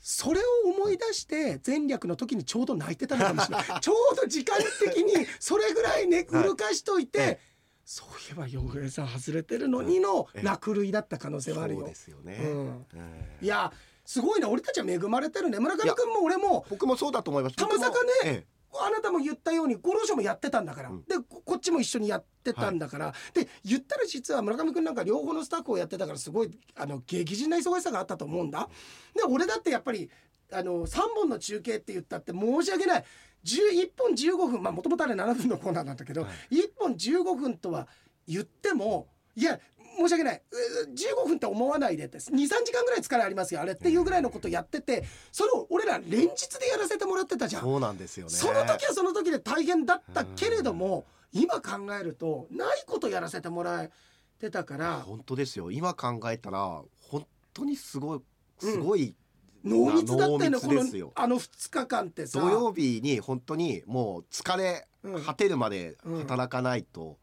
[SPEAKER 1] それを思い出して前略の時にちょうど泣いてたのかもしれない ちょうど時間的にそれぐらいね
[SPEAKER 2] はい
[SPEAKER 1] 動かしといて、
[SPEAKER 2] ええ
[SPEAKER 1] そういえば洋平さん外れてるのにの
[SPEAKER 2] ええ
[SPEAKER 1] 落類だった可能性はある
[SPEAKER 2] そう
[SPEAKER 1] よ
[SPEAKER 2] で。すよね。
[SPEAKER 1] うん
[SPEAKER 2] ええ
[SPEAKER 1] いやすごいな俺たちは恵まれてるね村上君も俺も
[SPEAKER 2] 僕もそうだと思います。
[SPEAKER 1] たまさかね
[SPEAKER 2] 僕もえ
[SPEAKER 1] あなたも言ったように五郎賞もやってたんだから、
[SPEAKER 2] うん
[SPEAKER 1] でここっちも一緒にやってたんだから、で言ったら実は村上君なんか両方のスタッフをやってたからすごいあの激甚な忙しさがあったと思うんだ。で俺だってやっぱりあの3本の中継って言ったって申し訳ない11本15分まあもともとあれ7分のコーナーなんだけど、
[SPEAKER 2] はい
[SPEAKER 1] 1本15分とは言ってもいや申し訳ないえー15分って思わないでって23時間ぐらい疲れありますよあれっていうぐらいのことやっててそれを俺ら連日でやらせてもらってたじ
[SPEAKER 2] え
[SPEAKER 1] ゃん。
[SPEAKER 2] そうなんですよね。
[SPEAKER 1] その時はその時で大変だったけれども、今考えるとないことやらせてもらえてたから
[SPEAKER 2] 本当ですよ。今考えたら本当にすごいすごい、
[SPEAKER 1] 濃密だったよね
[SPEAKER 2] 濃
[SPEAKER 1] こ
[SPEAKER 2] 密ですよ
[SPEAKER 1] のあの2日間ってさ
[SPEAKER 2] 土曜日に本当にもう疲れ
[SPEAKER 1] うん
[SPEAKER 2] 果てるまで働かないと、
[SPEAKER 1] うん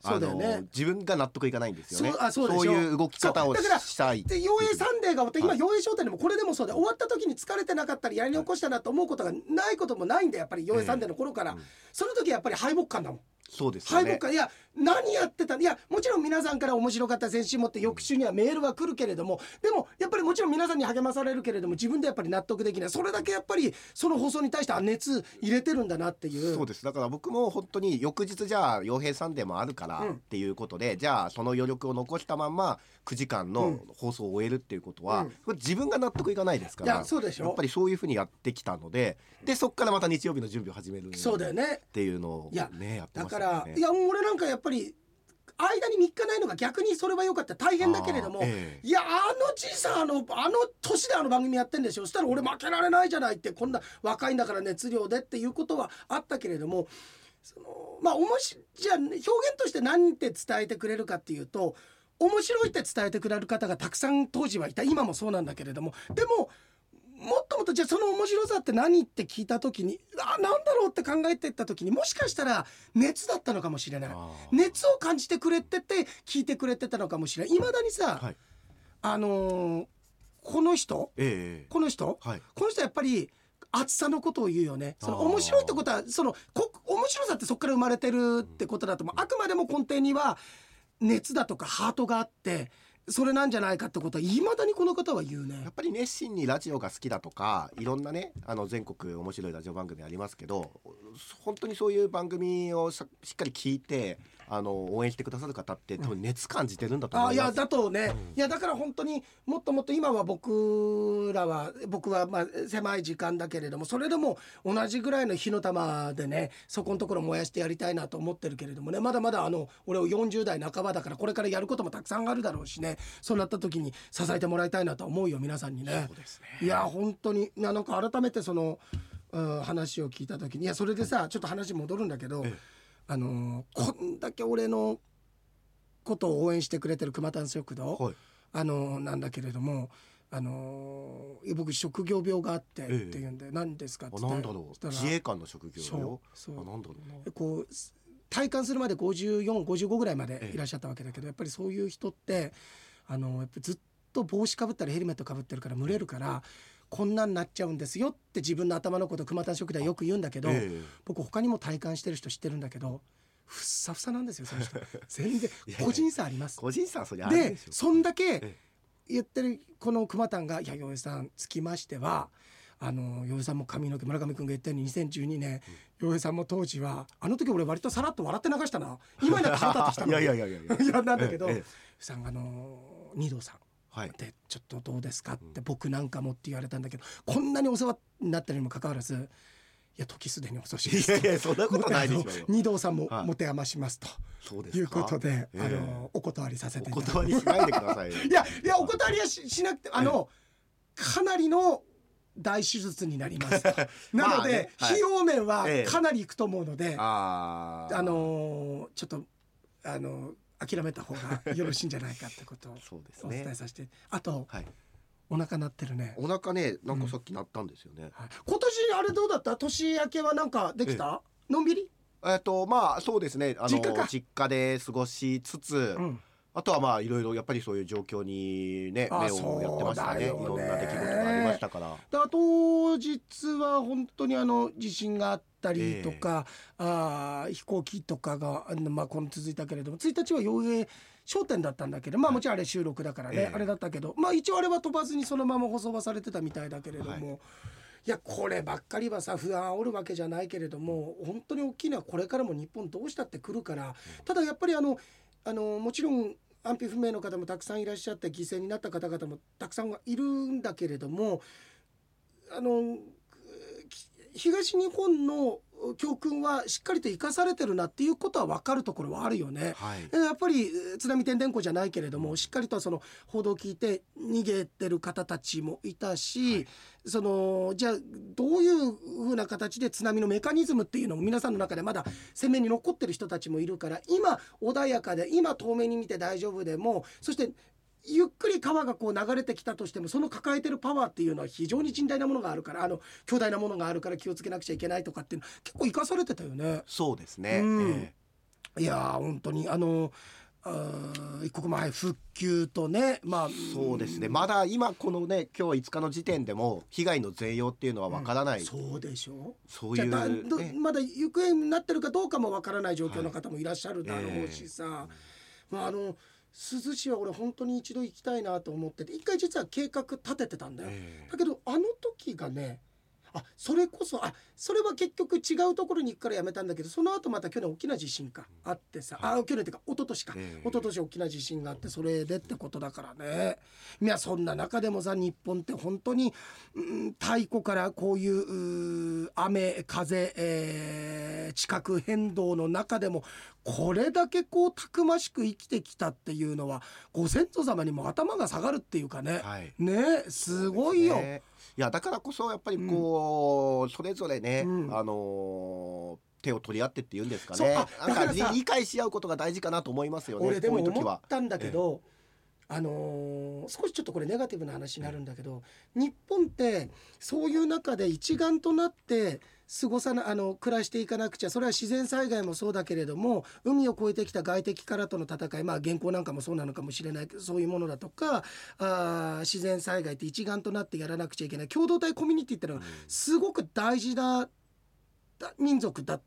[SPEAKER 1] そうだよね
[SPEAKER 2] 自分が納得いかないんですよね。
[SPEAKER 1] そうあそうでしょ
[SPEAKER 2] いう動き方を
[SPEAKER 1] そうだから
[SPEAKER 2] したい。
[SPEAKER 1] で「妖艶サンデー」が終わって今
[SPEAKER 2] は
[SPEAKER 1] 「
[SPEAKER 2] い
[SPEAKER 1] 妖艶商店」でもこれでもそうで終わった時に疲れてなかったりやり残したなと思うことがないこともないんだよやっぱり「妖艶サンデー」の頃から、
[SPEAKER 2] うん
[SPEAKER 1] その時やっぱり敗北感だもん
[SPEAKER 2] そうですよ
[SPEAKER 1] 敗
[SPEAKER 2] ね。
[SPEAKER 1] 北感いや何やってたいやもちろん皆さんから面白かった選手もって翌週にはメールは来るけれどもでもやっぱりもちろん皆さんに励まされるけれども自分でやっぱり納得できないそれだけやっぱりその放送に対してあ熱入れてるんだなっていう
[SPEAKER 2] そうですだから僕も本当に翌日じゃあ「傭兵サンデー」もあるから
[SPEAKER 1] うん
[SPEAKER 2] っていうことで、じゃあその余力を残したまんま9時間の放送を終えるっていうことは、
[SPEAKER 1] うん
[SPEAKER 2] これ自分が納得いかないですか
[SPEAKER 1] い
[SPEAKER 2] ら
[SPEAKER 1] やそうでしょ
[SPEAKER 2] やっぱりそういうふうにやってきたのででそこからまた日曜日の準備を始める
[SPEAKER 1] そうだよ
[SPEAKER 2] っ
[SPEAKER 1] ね
[SPEAKER 2] ていうのを
[SPEAKER 1] いや
[SPEAKER 2] ねやって
[SPEAKER 1] だ
[SPEAKER 2] まし
[SPEAKER 1] か
[SPEAKER 2] たよ
[SPEAKER 1] ら、
[SPEAKER 2] ね。
[SPEAKER 1] いやもう俺なんかやっぱり間に3日ないのが逆にそれは良かった大変だけれども、
[SPEAKER 2] あーええ
[SPEAKER 1] いやあのじいさんあのあの年であの番組やってんでしょそしたら俺負けられないじゃないってこんな若いんだから熱量でっていうことはあったけれどもそのまあおもしじゃあ表現として何て伝えてくれるかっていうと面白いって伝えてくれる方がたくさん当時はいた今もそうなんだけれどもでももっともっとじゃあその面白さって何って聞いた時にあなんだろうって考えてった時にもしかしたら熱だったのかもしれない
[SPEAKER 2] あー
[SPEAKER 1] 熱を感じてくれてて聞いてくれてたのかもしれないいまだにさ、
[SPEAKER 2] はい
[SPEAKER 1] あのーこの人
[SPEAKER 2] ええええ
[SPEAKER 1] この人
[SPEAKER 2] はい
[SPEAKER 1] この人やっぱり厚さのことを言うよねその
[SPEAKER 2] あー
[SPEAKER 1] 面白いってことはそのこ面白さってそこから生まれてるってことだと思うあくまでも根底には熱だとかハートがあってそれなんじゃないかってことはいまだにこの方は言うね
[SPEAKER 2] やっぱり熱心にラジオが好きだとかいろんなねあの全国面白いラジオ番組ありますけど本当にそういう番組をさしっかり聞いてあの応援してくださる方って多分熱感じてるんだと
[SPEAKER 1] あ
[SPEAKER 2] 思
[SPEAKER 1] い
[SPEAKER 2] いま
[SPEAKER 1] や
[SPEAKER 2] す。
[SPEAKER 1] だとね、いやだから本当にもっともっと今は僕らは僕はまあ狭い時間だけれどもそれでも同じぐらいの火の玉でねそこのところ燃やしてやりたいなと思ってるけれどもねまだまだあの俺を40代半ばだからこれからやることもたくさんあるだろうしねそうなった時に支えてもらいたいなと思うよ皆さんにね
[SPEAKER 2] そう。ですね
[SPEAKER 1] いや本当にいやなんか改めてその、うん、話を聞いた時にいやそれでさちょっと話戻るんだけど、
[SPEAKER 2] ええ
[SPEAKER 1] あのーこんだけ俺のことを応援してくれてる熊谷食堂、
[SPEAKER 2] はい
[SPEAKER 1] あのーなんだけれども。あのー僕職業病があってって
[SPEAKER 2] え
[SPEAKER 1] いうんで、何ですかっつ
[SPEAKER 2] あ
[SPEAKER 1] って
[SPEAKER 2] なんだろ
[SPEAKER 1] そ
[SPEAKER 2] う
[SPEAKER 1] した
[SPEAKER 2] 自
[SPEAKER 1] ら
[SPEAKER 2] 衛官の職業だよ
[SPEAKER 1] そうそう
[SPEAKER 2] あなんだろうな
[SPEAKER 1] こうす体感するまで5455ぐらいま
[SPEAKER 2] え
[SPEAKER 1] で
[SPEAKER 2] え
[SPEAKER 1] いらっしゃったわけだけどやっぱりそういう人ってあのやっぱずっと帽子かぶったりヘルメットかぶってるから蒸れるからこんなんなっちゃうんですよって自分の頭のこと熊田食堂はよく言うんだけど、
[SPEAKER 2] ええ
[SPEAKER 1] 僕他にも体感してる人知ってるんだけどふっさふさなんですよその 人全然
[SPEAKER 2] いやいや
[SPEAKER 1] 個人差あります。
[SPEAKER 2] 個人差はそれある
[SPEAKER 1] で
[SPEAKER 2] でしょ
[SPEAKER 1] そんだけ
[SPEAKER 2] え
[SPEAKER 1] 言ってるこの熊谷が「いや洋江さんつきましてはあの洋江さんも髪の毛村上君が言ったように2012年洋江さんも当時はあの時俺割とさらっと笑って流した な今になって腹立ってきた
[SPEAKER 2] い
[SPEAKER 1] の
[SPEAKER 2] やいや
[SPEAKER 1] い
[SPEAKER 2] いやいやいや
[SPEAKER 1] やなんだけど
[SPEAKER 2] ええ
[SPEAKER 1] さんあの二度さん
[SPEAKER 2] はい
[SPEAKER 1] でちょっとどうですかって僕なんかもって言われたんだけどこんなにお世話になったにもかかわらずいや時すでに遅しです
[SPEAKER 2] いやいやそんなことないでしょ うよ
[SPEAKER 1] 二堂さんも
[SPEAKER 2] はい
[SPEAKER 1] 持て余しますと
[SPEAKER 2] そうですか
[SPEAKER 1] いうことで、
[SPEAKER 2] ええ
[SPEAKER 1] あのお断りさせてい
[SPEAKER 2] お
[SPEAKER 1] ただきます
[SPEAKER 2] 断りしないでくださいよ
[SPEAKER 1] いやいやお断りはししなくてあのかなりの大手術になりますなの
[SPEAKER 2] まあね
[SPEAKER 1] で、
[SPEAKER 2] はい
[SPEAKER 1] 費用面は
[SPEAKER 2] ええ
[SPEAKER 1] かなりいくと思うので、あ
[SPEAKER 2] あー
[SPEAKER 1] のーちょっとあのー諦めた方がよろしいんじゃないかってことを
[SPEAKER 2] そうです
[SPEAKER 1] お伝え
[SPEAKER 2] ね
[SPEAKER 1] させて、あと
[SPEAKER 2] はい
[SPEAKER 1] お腹鳴ってるね
[SPEAKER 2] お腹ねなんかさっきなったんですよね、
[SPEAKER 1] はい今年あれどうだった年明けはなんかできた、のんびり、
[SPEAKER 2] えっとまあそうですねあの
[SPEAKER 1] 実家か
[SPEAKER 2] 実家で過ごしつつ、
[SPEAKER 1] うん、
[SPEAKER 2] あとはまあいろいろやっぱりそういう状況にね
[SPEAKER 1] あ
[SPEAKER 2] 目をやってましたねい
[SPEAKER 1] そ
[SPEAKER 2] ろ
[SPEAKER 1] うだよね
[SPEAKER 2] んな出来事がありましたから
[SPEAKER 1] だから当日は本当にあの地震があったりとか、あー飛行機とかがあのまあこの続いたけれども1日は洋平商店だったんだけどまあもちろんあれ収録だからね、
[SPEAKER 2] ええ
[SPEAKER 1] あれだったけどまあ一応あれは飛ばずにそのまま放送はされてたみたいだけれども。
[SPEAKER 2] はい
[SPEAKER 1] いやこればっかりはさ不安おるわけじゃないけれども本当に大きいのはこれからも日本どうしたって来るからただやっぱりあのあのもちろん安否不明の方もたくさんいらっしゃって犠牲になった方々もたくさんいるんだけれどもあのき東日本の教訓はしっかりと生かされてるなっていうことは分かるところはあるよね。
[SPEAKER 2] はい
[SPEAKER 1] えーやっぱりえー津波てんでんこじゃないけれどもしっかりとその報道を聞いて逃げてる方たちもいたし、
[SPEAKER 2] はい
[SPEAKER 1] そのじゃあどういうふうな形で津波のメカニズムっていうのも皆さんの中でまだ鮮明に残ってる人たちもいるから今穏やかで今遠目に見て大丈夫でもそしてゆっくり川がこう流れてきたとしてもその抱えてるパワーっていうのは非常に甚大なものがあるからあの強大なものがあるから気をつけなくちゃいけないとかっていうの結構生かされてたよね。
[SPEAKER 2] そうですね、
[SPEAKER 1] うん
[SPEAKER 2] え
[SPEAKER 1] いやー本当にあのあー一刻も早い復旧とねまあ
[SPEAKER 2] えそうですねまだ今このね今日5日の時点でも被害の全容っていうのはわからない、
[SPEAKER 1] そうでしょ
[SPEAKER 2] そう
[SPEAKER 1] じ
[SPEAKER 2] い
[SPEAKER 1] ゃあ
[SPEAKER 2] う、
[SPEAKER 1] だど
[SPEAKER 2] ね
[SPEAKER 1] まだ行方になってるかどうかもわからない状況の方もいらっしゃるだろうしさ、まああの珠洲市は俺本当に一度行きたいなと思ってて一回実は計画立ててたんだよ。
[SPEAKER 2] ええ
[SPEAKER 1] だけどあの時がねあそれこそあそれは結局違うところに行くからやめたんだけどその後また去年大きな地震かあってさあ去年っていうか一昨年か、
[SPEAKER 2] ええ
[SPEAKER 1] 一昨年大きな地震があってそれでってことだからねいやそんな中でもさ日本って本当に、うん、太古からこういううー雨風、えー地殻変動の中でもこれだけこうたくましく生きてきたっていうのはご先祖様にも頭が下がるっていうかね、
[SPEAKER 2] はい
[SPEAKER 1] ねすごいよ。
[SPEAKER 2] ねいやだからこそやっぱりこう、それぞれね、
[SPEAKER 1] うん
[SPEAKER 2] あのー手を取り合ってっていうんですか
[SPEAKER 1] そう
[SPEAKER 2] ね
[SPEAKER 1] あ
[SPEAKER 2] な
[SPEAKER 1] だか
[SPEAKER 2] んから
[SPEAKER 1] さ
[SPEAKER 2] 理解し合うことが大事かなと思いますよね
[SPEAKER 1] 俺でも
[SPEAKER 2] こういう時
[SPEAKER 1] 思っ
[SPEAKER 2] は
[SPEAKER 1] たんだけど、あのー少しちょっとこれネガティブな話になるんだけど、日本ってそういう中で一丸となって過ごさなあの暮らしていかなくちゃそれは自然災害もそうだけれども海を越えてきた外敵からとの戦いまあ現行なんかもそうなのかもしれないけどそういうものだとかあー自然災害って一丸となってやらなくちゃいけない共同体コミュニティってのがすごく大事だだ民族だ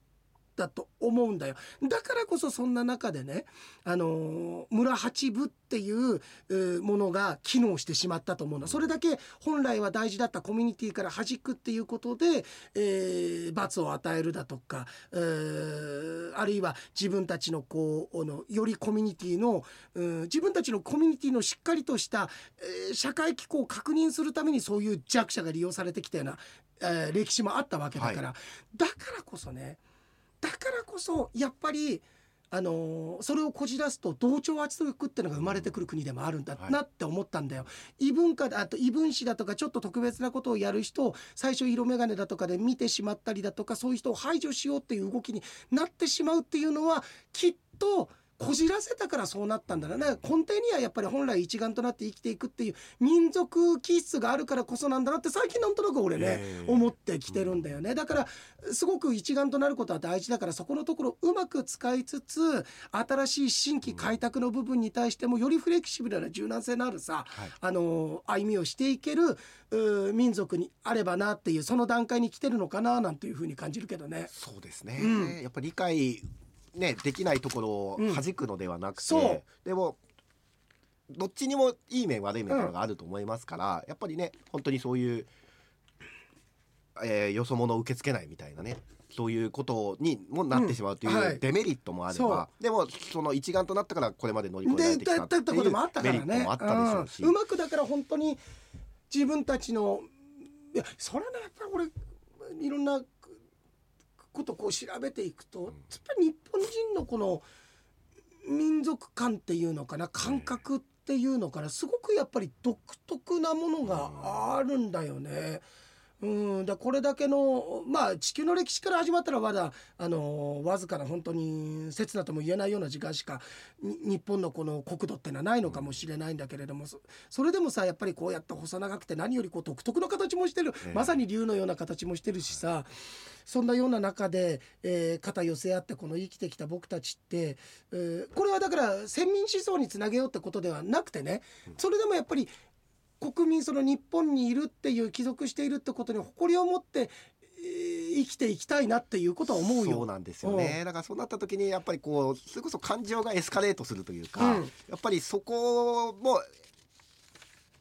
[SPEAKER 1] だと思うんだよだからこそそんな中でね、あのー村八部っていううーものが機能してしまったと思うのそれだけ本来は大事だったコミュニティから弾くっていうことで、えー罰を与えるだとか、えーあるいは自分たちのこうあのよりコミュニティのうん自分たちのコミュニティのしっかりとした、えー社会機構を確認するためにそういう弱者が利用されてきたような、えー歴史もあったわけだから、だからこそねだからこそやっぱり、あのーそれをこじらすと同調圧力っていうのが生まれてくる国でもあるんだ
[SPEAKER 2] はい
[SPEAKER 1] なって思ったんだよ。異文化だあと異分子だとかちょっと特別なことをやる人を最初色眼鏡だとかで見てしまったりだとかそういう人を排除しようっていう動きになってしまうっていうのはきっとこじらせたからそうなったんだなだから根底にはやっぱり本来一丸となって生きていくっていう民族気質があるからこそなんだなって最近なんとなく俺ね、
[SPEAKER 2] ええ
[SPEAKER 1] 思ってきてるんだよねだからすごく一丸となることは大事だからそこのところうまく使いつつ新しい新規開拓の部分に対してもよりフレキシブルな柔軟性のあるさ
[SPEAKER 2] はい
[SPEAKER 1] あの歩みをしていけるうー民族にあればなっていうその段階に来てるのかななんていうふうに感じるけどね。
[SPEAKER 2] そうですね、
[SPEAKER 1] うん
[SPEAKER 2] やっぱり理解、ね、できないところを
[SPEAKER 1] うん
[SPEAKER 2] 弾くのではなくて、
[SPEAKER 1] そう
[SPEAKER 2] でもどっちにもいい面悪い面からがあると思いますから、やっぱりね本当にそういう、えーよそ者を受け付けないみたいなねそういうことにもなってしまうとい
[SPEAKER 1] うんはいう
[SPEAKER 2] デメリットもあれば、
[SPEAKER 1] そ
[SPEAKER 2] でもその一丸となったからこれまで乗り越えら
[SPEAKER 1] で
[SPEAKER 2] れてきた
[SPEAKER 1] だっ
[SPEAKER 2] ってい
[SPEAKER 1] た
[SPEAKER 2] う
[SPEAKER 1] こともあったか
[SPEAKER 2] メリ
[SPEAKER 1] ら
[SPEAKER 2] ット
[SPEAKER 1] ね
[SPEAKER 2] もあったでしょうし、
[SPEAKER 1] うんうまくだから本当に自分たちのいやそれはねやっぱり俺いろんなことこう調べていくと、やっぱり日本人のこの民族感っていうのかな感覚っていうのかなすごくやっぱり独特なものがあるんだよね。うん、だからこれだけの、まあ、地球の歴史から始まったらまだ、あのわずかな本当に刹那とも言えないような時間しかに日本のこの国土ってのはないのかもしれないんだけれどもそそれでもさやっぱりこうやって細長くて何よりこう独特の形もしてる、
[SPEAKER 2] ええ
[SPEAKER 1] まさに竜のような形もしてるしさそんなような中で、えー肩寄せ合ってこの生きてきた僕たちって、えーこれはだから先民思想につなげようってことではなくてねそれでもやっぱり国民その日本にいるっていう帰属しているってことに誇りを持って、えー生きていきたいなっていうことは思うよ。
[SPEAKER 2] そうなんですよね、だからそうなった時にやっぱりこうそれこそ感情がエスカレートするというか、
[SPEAKER 1] うん
[SPEAKER 2] やっぱりそこも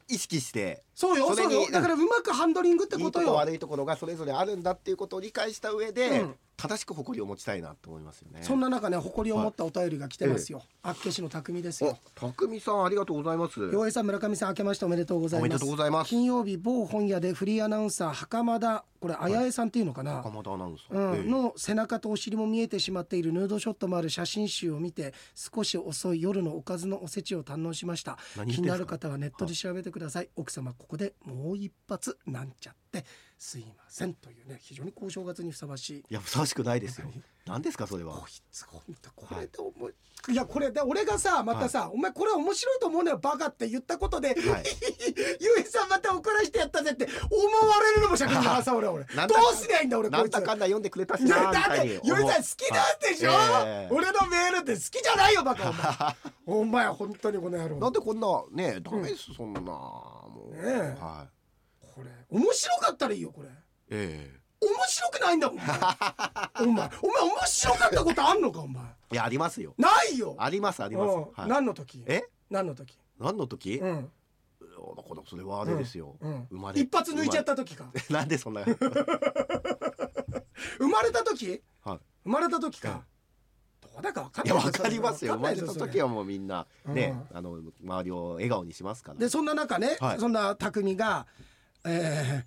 [SPEAKER 2] 意識して
[SPEAKER 1] そうよ
[SPEAKER 2] そ
[SPEAKER 1] そ
[SPEAKER 2] れ
[SPEAKER 1] う
[SPEAKER 2] に
[SPEAKER 1] よだからうまくハンドリングって
[SPEAKER 2] い
[SPEAKER 1] こ
[SPEAKER 2] い
[SPEAKER 1] と
[SPEAKER 2] と
[SPEAKER 1] よ。
[SPEAKER 2] こ悪いところがそれぞれあるんだっていうことを理解した上で、
[SPEAKER 1] うん
[SPEAKER 2] 正しく誇りを持ちたいなと思いますよね。
[SPEAKER 1] そんな中ね誇りを持ったお便りが来てますよ、あっけしの匠ですよ
[SPEAKER 2] たくみさんありがとうございます。
[SPEAKER 1] 洋平さん村上さん明けましておめでとうござい
[SPEAKER 2] お
[SPEAKER 1] ます
[SPEAKER 2] めでとうございます。
[SPEAKER 1] 金曜日某本屋でフリーアナウンサー袴田これあやえさんっていうのかな、
[SPEAKER 2] 袴田アナウンサ
[SPEAKER 1] う
[SPEAKER 2] ー。え
[SPEAKER 1] ん、
[SPEAKER 2] え
[SPEAKER 1] の背中とお尻も見えてしまっているヌードショットもある写真集を見て少し遅い夜のおかずのおせちを堪能しました
[SPEAKER 2] 何言っ
[SPEAKER 1] 気
[SPEAKER 2] てん
[SPEAKER 1] に
[SPEAKER 2] す
[SPEAKER 1] な
[SPEAKER 2] か
[SPEAKER 1] る方はネットで調べてください奥様ここでもう一発なんちゃってすいませんというね非常にこう正月にふさわしい
[SPEAKER 2] いやふさわしくないですよ。何ですかそれは
[SPEAKER 1] こ。いつ本当これで思い、い、やこれで俺がさまたさ、お前これ面白いと思うのよバカって言ったことで、ゆ
[SPEAKER 2] はい
[SPEAKER 1] えさんまた怒らしてやったぜって思われるのもしゃくださ俺俺ど
[SPEAKER 2] なんだ
[SPEAKER 1] うしないんだ俺こ
[SPEAKER 2] ないん
[SPEAKER 1] つ
[SPEAKER 2] だかんだ読んでくれたし
[SPEAKER 1] いや
[SPEAKER 2] なみ
[SPEAKER 1] だった
[SPEAKER 2] い
[SPEAKER 1] て
[SPEAKER 2] に
[SPEAKER 1] ゆ
[SPEAKER 2] 思
[SPEAKER 1] え
[SPEAKER 2] う。
[SPEAKER 1] さん好きなんでしょ、
[SPEAKER 2] はいええ
[SPEAKER 1] 俺のメールって好きじゃないよバカお 前お前本当にこの野
[SPEAKER 2] な
[SPEAKER 1] 郎
[SPEAKER 2] んでこんなねダメです、そんなもう、
[SPEAKER 1] ねえ
[SPEAKER 2] はい
[SPEAKER 1] これ面白かったらいいよこれ
[SPEAKER 2] え
[SPEAKER 1] 面白くないんだもんお 前お前お前面白かったことあんのかお前
[SPEAKER 2] えいやありますよ
[SPEAKER 1] ないよ
[SPEAKER 2] ありますあります、
[SPEAKER 1] う
[SPEAKER 2] は
[SPEAKER 1] ん、
[SPEAKER 2] い、
[SPEAKER 1] 何の時
[SPEAKER 2] え
[SPEAKER 1] 何の時
[SPEAKER 2] 何の時、
[SPEAKER 1] う
[SPEAKER 2] だ
[SPEAKER 1] ん
[SPEAKER 2] からそれはあれですよ、
[SPEAKER 1] うん
[SPEAKER 2] 生まれ
[SPEAKER 1] 一発抜いちゃった時か
[SPEAKER 2] 生まれ なんでそんな
[SPEAKER 1] 生まれた時
[SPEAKER 2] はい
[SPEAKER 1] 生まれた時かどうだか分かん
[SPEAKER 2] い
[SPEAKER 1] な
[SPEAKER 2] や
[SPEAKER 1] い
[SPEAKER 2] わかります よ
[SPEAKER 1] わか
[SPEAKER 2] 生
[SPEAKER 1] ん
[SPEAKER 2] ま
[SPEAKER 1] ない
[SPEAKER 2] れ
[SPEAKER 1] で
[SPEAKER 2] た
[SPEAKER 1] すよ
[SPEAKER 2] 時はもうみんなね、あの周りを笑顔にしますか
[SPEAKER 1] それ
[SPEAKER 2] ら
[SPEAKER 1] でそんな中ね、
[SPEAKER 2] はい
[SPEAKER 1] そんな匠がえ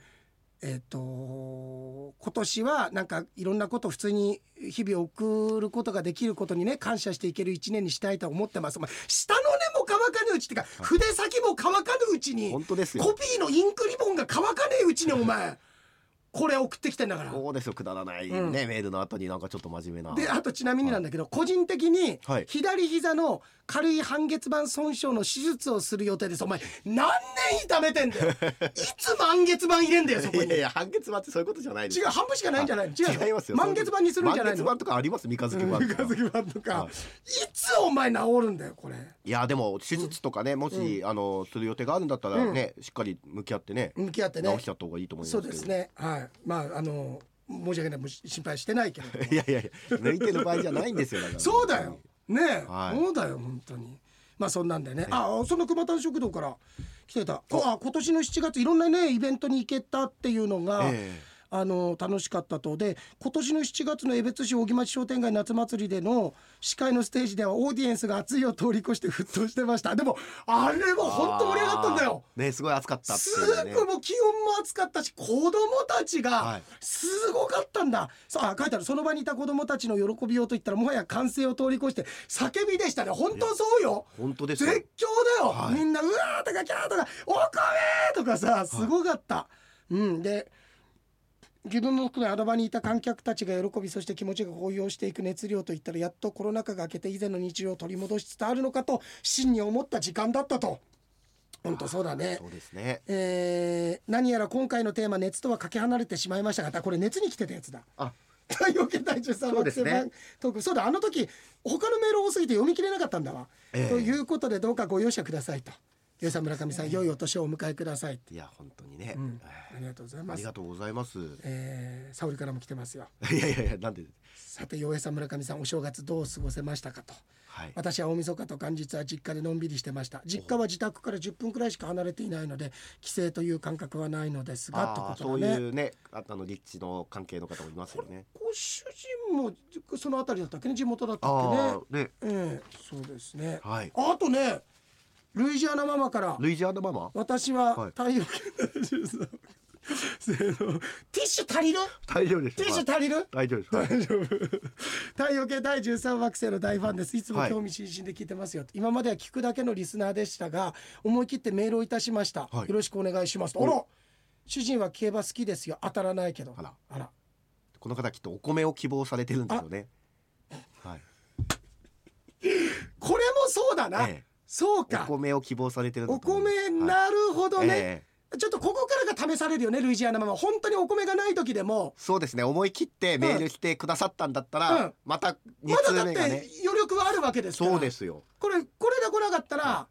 [SPEAKER 1] ー、えーと今年はなんかいろんなこと普通に日々送ることができることにね感謝していける一年にしたいと思ってますお前下の根も乾かぬうちってか筆先も乾かぬうちに
[SPEAKER 2] 本当です
[SPEAKER 1] コ
[SPEAKER 2] よ
[SPEAKER 1] ピーのインクリボンが乾かねえうちにお前これ送ってきてんだから
[SPEAKER 2] そうですよくだらないね、
[SPEAKER 1] うん
[SPEAKER 2] メールの後になんかちょっと真面目な
[SPEAKER 1] であとちなみになんだけど、個人的に
[SPEAKER 2] はい
[SPEAKER 1] 左膝の軽い半月板損傷の手術をする予定ですお前何年痛めてんだよ いつ満月板入れんだよそこ
[SPEAKER 2] い
[SPEAKER 1] に
[SPEAKER 2] やいや判決版ってそういうことじゃないです
[SPEAKER 1] 違う半分しかないんじゃないの
[SPEAKER 2] 違
[SPEAKER 1] 違う
[SPEAKER 2] いますよ
[SPEAKER 1] 満月板にするんじゃないの
[SPEAKER 2] 満月版とかあります三日月版とか
[SPEAKER 1] 三日月板とか、
[SPEAKER 2] はい
[SPEAKER 1] い、つお前治るんだよこれ
[SPEAKER 2] いやでも手術とかねもし、あのする予定があるんだったらね、しっかり向き合ってね
[SPEAKER 1] 向き合ってね
[SPEAKER 2] 直しちゃった方がいいと思います
[SPEAKER 1] そ
[SPEAKER 2] け
[SPEAKER 1] う
[SPEAKER 2] ど
[SPEAKER 1] ですねはいまああの申し訳ないもう心配してないけど
[SPEAKER 2] いやいやいや抜いてる場合じゃないんですよだから
[SPEAKER 1] そうだよねえ、
[SPEAKER 2] はい
[SPEAKER 1] そうだよ本当にまあそんなんでねああその熊田食堂から来てたこあ今年の7月いろんなねイベントに行けたっていうのが、
[SPEAKER 2] え
[SPEAKER 1] あの楽しかったとで今年の7月の江別市小木町商店街夏祭りでの司会のステージではオーディエンスが熱いを通り越して沸騰してましたでもあれも
[SPEAKER 2] え
[SPEAKER 1] 本当盛り上がったんだよ
[SPEAKER 2] あーねすごい暑かったって
[SPEAKER 1] す
[SPEAKER 2] いうのね
[SPEAKER 1] ぐもう気温も暑かったし子供たち
[SPEAKER 2] は
[SPEAKER 1] が
[SPEAKER 2] い
[SPEAKER 1] すごかったんだ、さあ書いてあるその場にいた子供たちの喜びようといったらもはや歓声を通り越して叫びでしたね本当そうよ
[SPEAKER 2] 本当ですよ
[SPEAKER 1] 絶叫だよ、
[SPEAKER 2] はい
[SPEAKER 1] みんなうわーとかキャーとかお米とかさすごかった、うんで自分も含めアドバにいた観客たちが喜びそして気持ちが高揚していく熱量といったらやっとコロナ禍が明けて以前の日常を取り戻しつつあるのかと真に思った時間だったと本当そうだね
[SPEAKER 2] そうですね
[SPEAKER 1] えー何やら今回のテーマ「熱とはかけ離れてしまいましたがだこれ熱に来てたやつだ
[SPEAKER 2] あ
[SPEAKER 1] 太陽系隊長さん
[SPEAKER 2] そうですね
[SPEAKER 1] 特そうだあの時他のメール多すぎて読み切れなかったんだわ、
[SPEAKER 2] ええ
[SPEAKER 1] ということでどうかご容赦くださいと吉さん村上さん、良いお年をお迎えください
[SPEAKER 2] いや本当にね、
[SPEAKER 1] うん
[SPEAKER 2] え
[SPEAKER 1] ありがとうござい
[SPEAKER 2] えあ
[SPEAKER 1] ま
[SPEAKER 2] り
[SPEAKER 1] す
[SPEAKER 2] がとうございます
[SPEAKER 1] えー、沙織からも来てますよ
[SPEAKER 2] いやいやいやなんで
[SPEAKER 1] さて洋平さん村上さんお正月どう過ごせましたかと
[SPEAKER 2] はい
[SPEAKER 1] 私は大晦日と元日は実家でのんびりしてました実家は自宅から10分くらいしか離れていないので帰省という感覚はないのですがって
[SPEAKER 2] あ
[SPEAKER 1] こ
[SPEAKER 2] あ
[SPEAKER 1] と
[SPEAKER 2] そう
[SPEAKER 1] だね
[SPEAKER 2] いうねああの立地の関係の方もいますよね
[SPEAKER 1] ご主人もその辺りだったっけね地元だったっけ
[SPEAKER 2] あ
[SPEAKER 1] ね
[SPEAKER 2] あね
[SPEAKER 1] ええそうですね
[SPEAKER 2] はい
[SPEAKER 1] あとねルイジアナママから
[SPEAKER 2] ルイジアナママ
[SPEAKER 1] 私は
[SPEAKER 2] はい
[SPEAKER 1] 太陽系73せーのティッシュ足りる
[SPEAKER 2] 大丈夫です
[SPEAKER 1] ティッシ
[SPEAKER 2] はい
[SPEAKER 1] ュ足りる
[SPEAKER 2] 大丈夫ですはい
[SPEAKER 1] 大丈夫太陽系第13惑星の大ファンですいつも
[SPEAKER 2] はい
[SPEAKER 1] 興味津々で聞いてますよ、今までは聞くだけのリスナーでしたが思い切ってメールをいたしました、
[SPEAKER 2] はい
[SPEAKER 1] よろしくお願いしますあら主人は競馬好きですよ当たらないけど
[SPEAKER 2] あら
[SPEAKER 1] あら
[SPEAKER 2] この方きっとお米を希望されてるんですよねはい
[SPEAKER 1] これもそうだな、
[SPEAKER 2] ええ
[SPEAKER 1] そう
[SPEAKER 2] お
[SPEAKER 1] か
[SPEAKER 2] 米を希望されてるんだ
[SPEAKER 1] お
[SPEAKER 2] と思います
[SPEAKER 1] 米
[SPEAKER 2] はい
[SPEAKER 1] なるほどね、
[SPEAKER 2] ええ
[SPEAKER 1] ちょっとここからが試されるよねルイジアナママ本当にお米がない時でも
[SPEAKER 2] そうですね思い切ってメールしてくださったんだったら、
[SPEAKER 1] うん
[SPEAKER 2] また2
[SPEAKER 1] まだ
[SPEAKER 2] 通
[SPEAKER 1] だっ
[SPEAKER 2] 目
[SPEAKER 1] て
[SPEAKER 2] がね
[SPEAKER 1] 余力はあるわけですから
[SPEAKER 2] そうですよ、
[SPEAKER 1] これこれが来なかったら、
[SPEAKER 2] は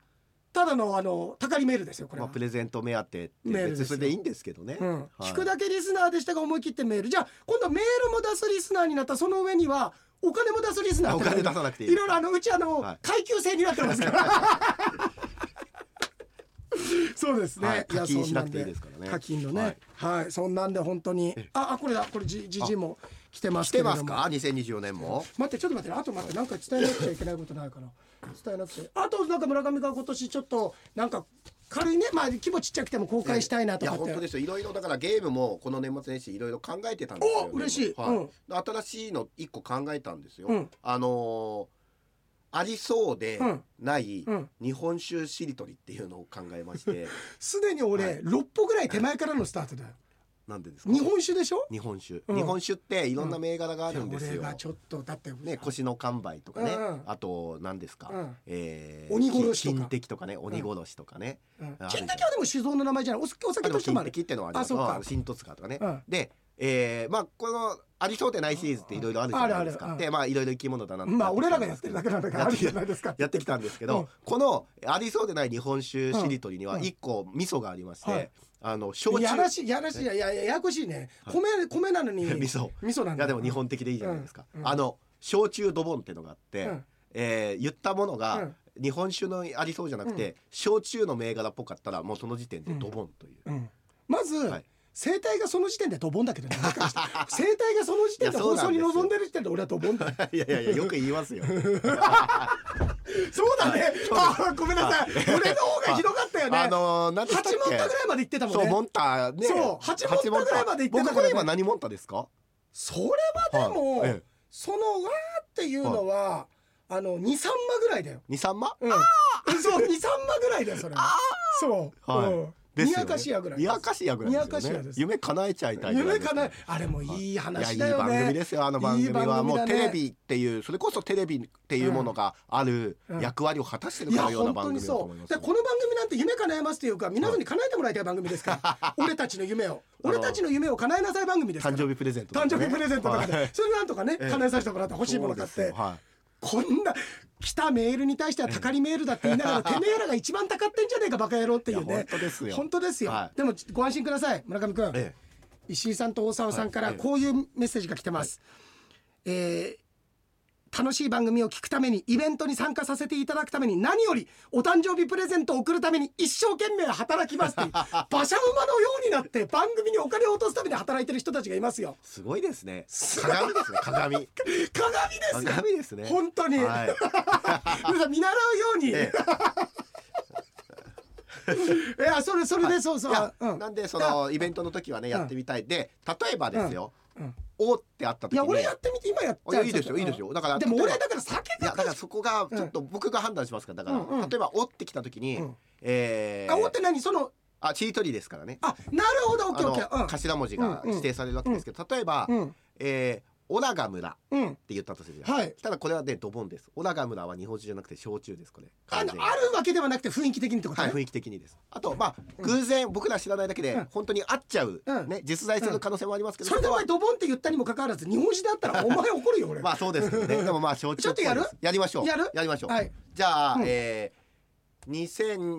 [SPEAKER 1] ただのあのたかりメールですよこれ
[SPEAKER 2] まあ、
[SPEAKER 1] は、
[SPEAKER 2] プレゼント目当てって
[SPEAKER 1] メールです
[SPEAKER 2] 別
[SPEAKER 1] よ
[SPEAKER 2] にそれでいいんですけどね、
[SPEAKER 1] うん
[SPEAKER 2] はい
[SPEAKER 1] 聞くだけリスナーでしたが思い切ってメールじゃあ今度メールも出すリスナーになったその上にはお金も出すリスナー
[SPEAKER 2] あ
[SPEAKER 1] っ
[SPEAKER 2] お
[SPEAKER 1] てなる
[SPEAKER 2] 金出さなくていい
[SPEAKER 1] いろいろあのうちあの、
[SPEAKER 2] はい
[SPEAKER 1] 階級制になってますから そうですね、
[SPEAKER 2] はい
[SPEAKER 1] や
[SPEAKER 2] 課金しなくていいですから
[SPEAKER 1] そんなん
[SPEAKER 2] ね
[SPEAKER 1] 課金のねはい、そんなんで本当にああこれだこれじじじいも来てます
[SPEAKER 2] 来
[SPEAKER 1] けれ
[SPEAKER 2] て
[SPEAKER 1] ど
[SPEAKER 2] ま
[SPEAKER 1] も
[SPEAKER 2] すか2024年も
[SPEAKER 1] 待ってちょっと待ってあと待ってなんか伝えなくちゃいけないことないから伝えなくちゃあとなんか村上が今年ちょっとなんか軽いねまあ規模ちっちゃくても公開したいなと
[SPEAKER 2] いや
[SPEAKER 1] かって
[SPEAKER 2] 本当ですよいろいろだからゲームもこの年末年始いろいろ考えてたんですよ
[SPEAKER 1] お嬉しい
[SPEAKER 2] はい
[SPEAKER 1] うん
[SPEAKER 2] 新しいの一個考えたんですよ、
[SPEAKER 1] うん
[SPEAKER 2] あのーありそうで
[SPEAKER 1] うん
[SPEAKER 2] ない
[SPEAKER 1] うん
[SPEAKER 2] 日本酒しりとりっていうのを考えまして、
[SPEAKER 1] すでに俺、
[SPEAKER 2] はい
[SPEAKER 1] 6歩ぐらい手前からのスタートだよ
[SPEAKER 2] なんでですか
[SPEAKER 1] 日本酒でしょ
[SPEAKER 2] 日本酒、
[SPEAKER 1] うん
[SPEAKER 2] 日本酒っていろんな銘柄があるんです
[SPEAKER 1] 俺
[SPEAKER 2] よ、
[SPEAKER 1] がちょっとだって
[SPEAKER 2] ね、腰の完売とかね、
[SPEAKER 1] うんうん
[SPEAKER 2] あと何ですか、
[SPEAKER 1] うん
[SPEAKER 2] えー
[SPEAKER 1] 鬼殺しとか
[SPEAKER 2] 金金敵とかね鬼殺しとかね、
[SPEAKER 1] うん
[SPEAKER 2] あるじゃ
[SPEAKER 1] 金
[SPEAKER 2] ん
[SPEAKER 1] 時はでも酒造の名前じゃないお酒お
[SPEAKER 2] あ
[SPEAKER 1] 酒
[SPEAKER 2] でも
[SPEAKER 1] としても
[SPEAKER 2] 金
[SPEAKER 1] ある
[SPEAKER 2] 敵ってのはありま
[SPEAKER 1] あ
[SPEAKER 2] す
[SPEAKER 1] そうか
[SPEAKER 2] あ新十津川とかね、
[SPEAKER 1] うん
[SPEAKER 2] で、えー、まあこのありそうでないシリーズっていろいろあるじゃないですか、
[SPEAKER 1] うんあるある
[SPEAKER 2] でまあいろいろ生き物だな
[SPEAKER 1] まあ俺らがやってるだけなんだからあるじ
[SPEAKER 2] や
[SPEAKER 1] ゃないですか
[SPEAKER 2] やってきたんですけど、
[SPEAKER 1] うん
[SPEAKER 2] このありそうでない日本酒しりとりには
[SPEAKER 1] うん
[SPEAKER 2] 一個味噌がありまして、
[SPEAKER 1] はい
[SPEAKER 2] あの焼酎
[SPEAKER 1] やらしいやらしいいやいやややこしいね米米なのに
[SPEAKER 2] 味噌
[SPEAKER 1] 味噌なん
[SPEAKER 2] い
[SPEAKER 1] だ
[SPEAKER 2] やでも日本的でいいじゃないですか、
[SPEAKER 1] うんうん
[SPEAKER 2] あの焼酎ドボンってのがあって、
[SPEAKER 1] うん
[SPEAKER 2] えー言ったもの
[SPEAKER 1] う
[SPEAKER 2] が
[SPEAKER 1] ん
[SPEAKER 2] 日本酒のありそうじゃなくて、焼酎の銘柄っぽかったらもうその時点でドボンという、
[SPEAKER 1] うんまず、
[SPEAKER 2] はい
[SPEAKER 1] 生態がその時点でドボンだけ どね俺からしたら生態がその時点で放送に臨んでる時点で俺はドボンだよ
[SPEAKER 2] いやいやいや よく言いますよ
[SPEAKER 1] そうだね、ああごめんなさい俺の方がひどかったよね
[SPEAKER 2] あのー、なんで
[SPEAKER 1] 八
[SPEAKER 2] したっ
[SPEAKER 1] 問
[SPEAKER 2] け
[SPEAKER 1] 田ぐらいまで行ってたもん
[SPEAKER 2] そう
[SPEAKER 1] ね
[SPEAKER 2] モンタね
[SPEAKER 1] そう八モンタぐらいまで行ってたからね
[SPEAKER 2] 僕これ今何モンタですか
[SPEAKER 1] それはでも、
[SPEAKER 2] はいええ
[SPEAKER 1] そのわーっていうのは、あの二三話ぐらいだよ。
[SPEAKER 2] 二三万
[SPEAKER 1] うん、 そう二三話ぐらいだよそれは。そう。
[SPEAKER 2] はい
[SPEAKER 1] うん
[SPEAKER 2] です
[SPEAKER 1] ニ
[SPEAKER 2] よね
[SPEAKER 1] アカシアぐらい。
[SPEAKER 2] ニアカシアぐらいですよね
[SPEAKER 1] ニアカシアです
[SPEAKER 2] 夢叶えちゃいたいぐら
[SPEAKER 1] 夢
[SPEAKER 2] いで
[SPEAKER 1] か
[SPEAKER 2] すね
[SPEAKER 1] なあれもいい話
[SPEAKER 2] い
[SPEAKER 1] だ
[SPEAKER 2] やいい
[SPEAKER 1] よね。
[SPEAKER 2] 番組ですよあの番組
[SPEAKER 1] いい番
[SPEAKER 2] は
[SPEAKER 1] 組
[SPEAKER 2] も
[SPEAKER 1] だ
[SPEAKER 2] う
[SPEAKER 1] ね
[SPEAKER 2] テレビっていうそれこそテレビっていうものがある
[SPEAKER 1] うん
[SPEAKER 2] 役割を果たしてる
[SPEAKER 1] いや
[SPEAKER 2] かのような
[SPEAKER 1] 本
[SPEAKER 2] 番
[SPEAKER 1] 当に
[SPEAKER 2] 組だと
[SPEAKER 1] そ
[SPEAKER 2] 思いま
[SPEAKER 1] う。
[SPEAKER 2] す
[SPEAKER 1] で
[SPEAKER 2] よ
[SPEAKER 1] この番組なんて夢叶えますというか皆さんに叶えてもらいたい番組ですから。 俺たちの夢を俺たちの夢を叶えなさい番組ですか
[SPEAKER 2] 誕
[SPEAKER 1] ら。
[SPEAKER 2] 生日プレゼントとか
[SPEAKER 1] 誕
[SPEAKER 2] ね
[SPEAKER 1] 生日プレゼントとか
[SPEAKER 2] は
[SPEAKER 1] で
[SPEAKER 2] い
[SPEAKER 1] それなんとかね
[SPEAKER 2] ええ
[SPEAKER 1] 叶えさせてもらって欲しいもの買っ
[SPEAKER 2] そうで
[SPEAKER 1] て
[SPEAKER 2] すよはい
[SPEAKER 1] こんな来たメールに対してはたかりメールだって言いながら てめえらが一番たかってんじゃねえかバカ野郎っていう
[SPEAKER 2] いや
[SPEAKER 1] ね
[SPEAKER 2] 本当ですよ
[SPEAKER 1] 本当ですよ
[SPEAKER 2] はい
[SPEAKER 1] でもご安心ください村上君
[SPEAKER 2] え
[SPEAKER 1] 石井さんと大沢さんから
[SPEAKER 2] はい
[SPEAKER 1] こういうメッセージが来てます、えー楽しい番組を聞くためにイベントに参加させていただくために何よりお誕生日プレゼントを送るために一生懸命働き ますっていう馬車馬のようになって番組にお金を落とすために働いてる人たちがいます よ
[SPEAKER 2] すごいですね
[SPEAKER 1] すごい
[SPEAKER 2] 鏡ですね鏡
[SPEAKER 1] 鏡ですよ
[SPEAKER 2] 鏡ですね
[SPEAKER 1] 本当に、
[SPEAKER 2] はい
[SPEAKER 1] 皆さん見習うように、
[SPEAKER 2] え
[SPEAKER 1] いやそれそれでそうそう、
[SPEAKER 2] いや
[SPEAKER 1] うん
[SPEAKER 2] なんでそのイベントの時はね
[SPEAKER 1] うん
[SPEAKER 2] やってみたいで例えばですよ
[SPEAKER 1] うん
[SPEAKER 2] おーってあった
[SPEAKER 1] い
[SPEAKER 2] 時
[SPEAKER 1] や
[SPEAKER 2] に
[SPEAKER 1] 俺やってみて今やっ
[SPEAKER 2] い
[SPEAKER 1] ちゃ
[SPEAKER 2] や
[SPEAKER 1] う
[SPEAKER 2] いいですよいいです、よだから
[SPEAKER 1] うんでも
[SPEAKER 2] 例
[SPEAKER 1] 俺
[SPEAKER 2] えば
[SPEAKER 1] だから酒
[SPEAKER 2] いや
[SPEAKER 1] が
[SPEAKER 2] だからそこがちょっと僕が判断しますからだから、
[SPEAKER 1] うんうん
[SPEAKER 2] 例えば「お」ってきた時に、
[SPEAKER 1] うん
[SPEAKER 2] えー
[SPEAKER 1] あおって何その
[SPEAKER 2] あちりとりですからね
[SPEAKER 1] あなるほどオッ
[SPEAKER 2] あ
[SPEAKER 1] ケーオ
[SPEAKER 2] の
[SPEAKER 1] ッケー
[SPEAKER 2] 頭文字が
[SPEAKER 1] うんうん
[SPEAKER 2] 指定されるわけですけど、例えば「
[SPEAKER 1] うん
[SPEAKER 2] えーオラが村」っ
[SPEAKER 1] うんうん
[SPEAKER 2] て言ったとするじゃん、
[SPEAKER 1] はい
[SPEAKER 2] ただこれはねドボンですオラが村は日本酒じゃなくて焼酎ですこれ
[SPEAKER 1] あ
[SPEAKER 2] 完
[SPEAKER 1] の
[SPEAKER 2] 全に
[SPEAKER 1] あるわけではなくて雰囲気的にってこと
[SPEAKER 2] はい、
[SPEAKER 1] ね、
[SPEAKER 2] 雰囲気的にですあとまあ偶然僕ら知らないだけで
[SPEAKER 1] うん
[SPEAKER 2] 本当に会っちゃう、
[SPEAKER 1] うん
[SPEAKER 2] ね実在する可能性もありますけど、
[SPEAKER 1] それでお
[SPEAKER 2] こは
[SPEAKER 1] 前ドボンって言ったにもかかわらず日本酒だったらお前怒るよ俺、
[SPEAKER 2] まあそうですけどねでもまあ焼酎ぽいです
[SPEAKER 1] ちょっとやる
[SPEAKER 2] やりましょう
[SPEAKER 1] やる
[SPEAKER 2] りましょう、
[SPEAKER 1] はい
[SPEAKER 2] じゃあ、
[SPEAKER 1] うん
[SPEAKER 2] えー、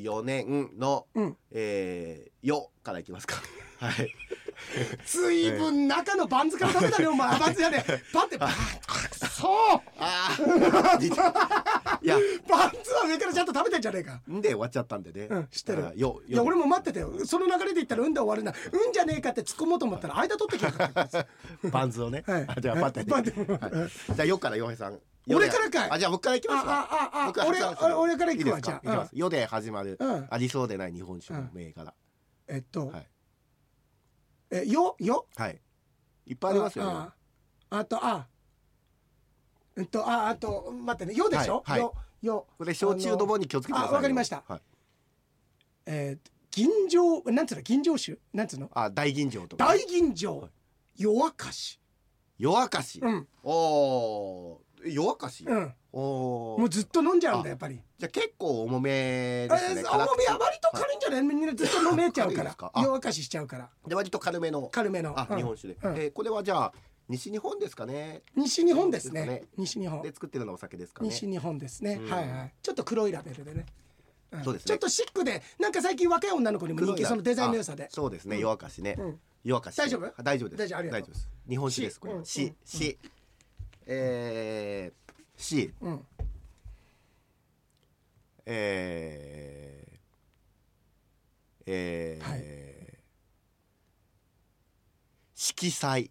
[SPEAKER 2] 2024年の、
[SPEAKER 1] うん
[SPEAKER 2] えー、よからいきますか。 はい。
[SPEAKER 1] ずいぶん中のバンズから食べたねお前バンズやねパってバンそう
[SPEAKER 2] ああ。似ていや、
[SPEAKER 1] バンズは上からちゃんと食べてんじゃねえか
[SPEAKER 2] んで終わっちゃったんでね。
[SPEAKER 1] うん知ってる
[SPEAKER 2] あよ、
[SPEAKER 1] いや俺
[SPEAKER 2] も。
[SPEAKER 1] も待ってたよその流れで言ったらうんだ終わるなうんじゃねえかって突っ込もうと思ったら間取ってきやがった
[SPEAKER 2] バンズをね。
[SPEAKER 1] はい
[SPEAKER 2] あじゃあ、パッて、
[SPEAKER 1] パッて
[SPEAKER 2] はいじゃあ、よから洋平さん。よで
[SPEAKER 1] 俺からかい
[SPEAKER 2] あ、じゃあ、僕からいきますか。
[SPEAKER 1] あああ
[SPEAKER 2] 僕
[SPEAKER 1] あ
[SPEAKER 2] は
[SPEAKER 1] 俺
[SPEAKER 2] 発案する
[SPEAKER 1] 俺俺から行くわ
[SPEAKER 2] いいで
[SPEAKER 1] じ
[SPEAKER 2] す
[SPEAKER 1] ゃ
[SPEAKER 2] かいき
[SPEAKER 1] あ
[SPEAKER 2] ます。よで始まる
[SPEAKER 1] う。ん
[SPEAKER 2] ありそうでない日本酒の銘柄。
[SPEAKER 1] えっと
[SPEAKER 2] はい
[SPEAKER 1] えよよ
[SPEAKER 2] はい。いっぱいありますよね。
[SPEAKER 1] あああとあうんとああと待ってねよでしょ
[SPEAKER 2] はいはい
[SPEAKER 1] よよ
[SPEAKER 2] これ焼酎の棒に気をつけてくださいよ。
[SPEAKER 1] あわかりました
[SPEAKER 2] はい。
[SPEAKER 1] えー吟醸なんつうの吟醸酒なんつうの
[SPEAKER 2] あ、大吟醸とか。
[SPEAKER 1] 大吟醸夜明かし
[SPEAKER 2] 夜明かし。
[SPEAKER 1] うん
[SPEAKER 2] おー夜明かし、
[SPEAKER 1] うん
[SPEAKER 2] おー
[SPEAKER 1] もうずっと飲んじゃうんだやっぱり
[SPEAKER 2] じゃあ結構重め
[SPEAKER 1] え
[SPEAKER 2] ですね
[SPEAKER 1] ーあもうあまりと軽いんじゃないみんなずっと飲めちゃうか
[SPEAKER 2] 軽いで
[SPEAKER 1] ら
[SPEAKER 2] すかあ
[SPEAKER 1] 夜明かししちゃうから
[SPEAKER 2] で割と軽めの
[SPEAKER 1] 軽めの
[SPEAKER 2] あ、
[SPEAKER 1] うん
[SPEAKER 2] 日本酒で、
[SPEAKER 1] うん
[SPEAKER 2] えーこれはじゃあ西日本ですかね
[SPEAKER 1] 西日本ですね
[SPEAKER 2] ですかね
[SPEAKER 1] 西日本
[SPEAKER 2] で作ってるのはお酒ですかね
[SPEAKER 1] 西日本ですね、
[SPEAKER 2] うん
[SPEAKER 1] はいはいちょっと黒いラベルでね、ん
[SPEAKER 2] そうですね
[SPEAKER 1] ちょっとシックでなんか最近若い女の子にも人
[SPEAKER 2] 黒い
[SPEAKER 1] 気
[SPEAKER 2] な
[SPEAKER 1] そのデザインの良さで
[SPEAKER 2] あそうですね、
[SPEAKER 1] うん
[SPEAKER 2] 夜明かしね、
[SPEAKER 1] うん
[SPEAKER 2] 夜明かし
[SPEAKER 1] 大丈夫
[SPEAKER 2] あ大丈夫です
[SPEAKER 1] 大丈夫ありがとう
[SPEAKER 2] です日本酒です
[SPEAKER 1] し
[SPEAKER 2] これ
[SPEAKER 1] うん
[SPEAKER 2] は
[SPEAKER 1] う
[SPEAKER 2] し
[SPEAKER 1] ん、
[SPEAKER 2] し、えー、し、
[SPEAKER 1] うん
[SPEAKER 2] えー、えー、
[SPEAKER 1] はい
[SPEAKER 2] 色彩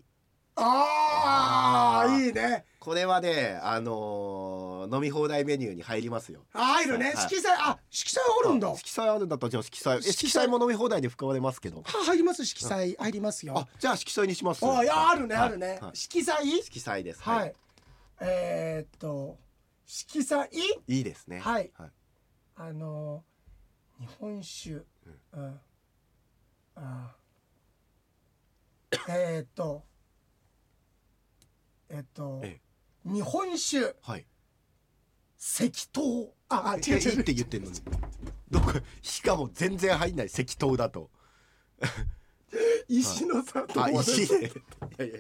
[SPEAKER 1] あ
[SPEAKER 2] あ
[SPEAKER 1] あ
[SPEAKER 2] ー
[SPEAKER 1] いいね
[SPEAKER 2] これはね、あのー飲み放題メニューに入りますよ。
[SPEAKER 1] 入るね
[SPEAKER 2] はい
[SPEAKER 1] 色彩あ色彩あるんだは
[SPEAKER 2] 色彩あるんだったらじゃあ色彩。え
[SPEAKER 1] 色彩
[SPEAKER 2] 色彩も飲み放題で含まれますけど。
[SPEAKER 1] 入ります色彩入りますよ
[SPEAKER 2] あ、じゃあ色彩にします。
[SPEAKER 1] あいやあるね
[SPEAKER 2] はい
[SPEAKER 1] あるね
[SPEAKER 2] はい
[SPEAKER 1] 色彩
[SPEAKER 2] 色彩です。
[SPEAKER 1] はい、。えー、っと色彩
[SPEAKER 2] いいですね。
[SPEAKER 1] はい
[SPEAKER 2] はい。
[SPEAKER 1] あのー、日本酒、うんあーえーっとえーっと、
[SPEAKER 2] え
[SPEAKER 1] 日本酒
[SPEAKER 2] はい。
[SPEAKER 1] 赤糖ああ
[SPEAKER 2] い
[SPEAKER 1] 違
[SPEAKER 2] や
[SPEAKER 1] う
[SPEAKER 2] いい
[SPEAKER 1] 違う
[SPEAKER 2] って言ってるのに。どこしかも全然入んない赤糖だと。
[SPEAKER 1] 石の砂糖
[SPEAKER 2] あ、石で。いやいや。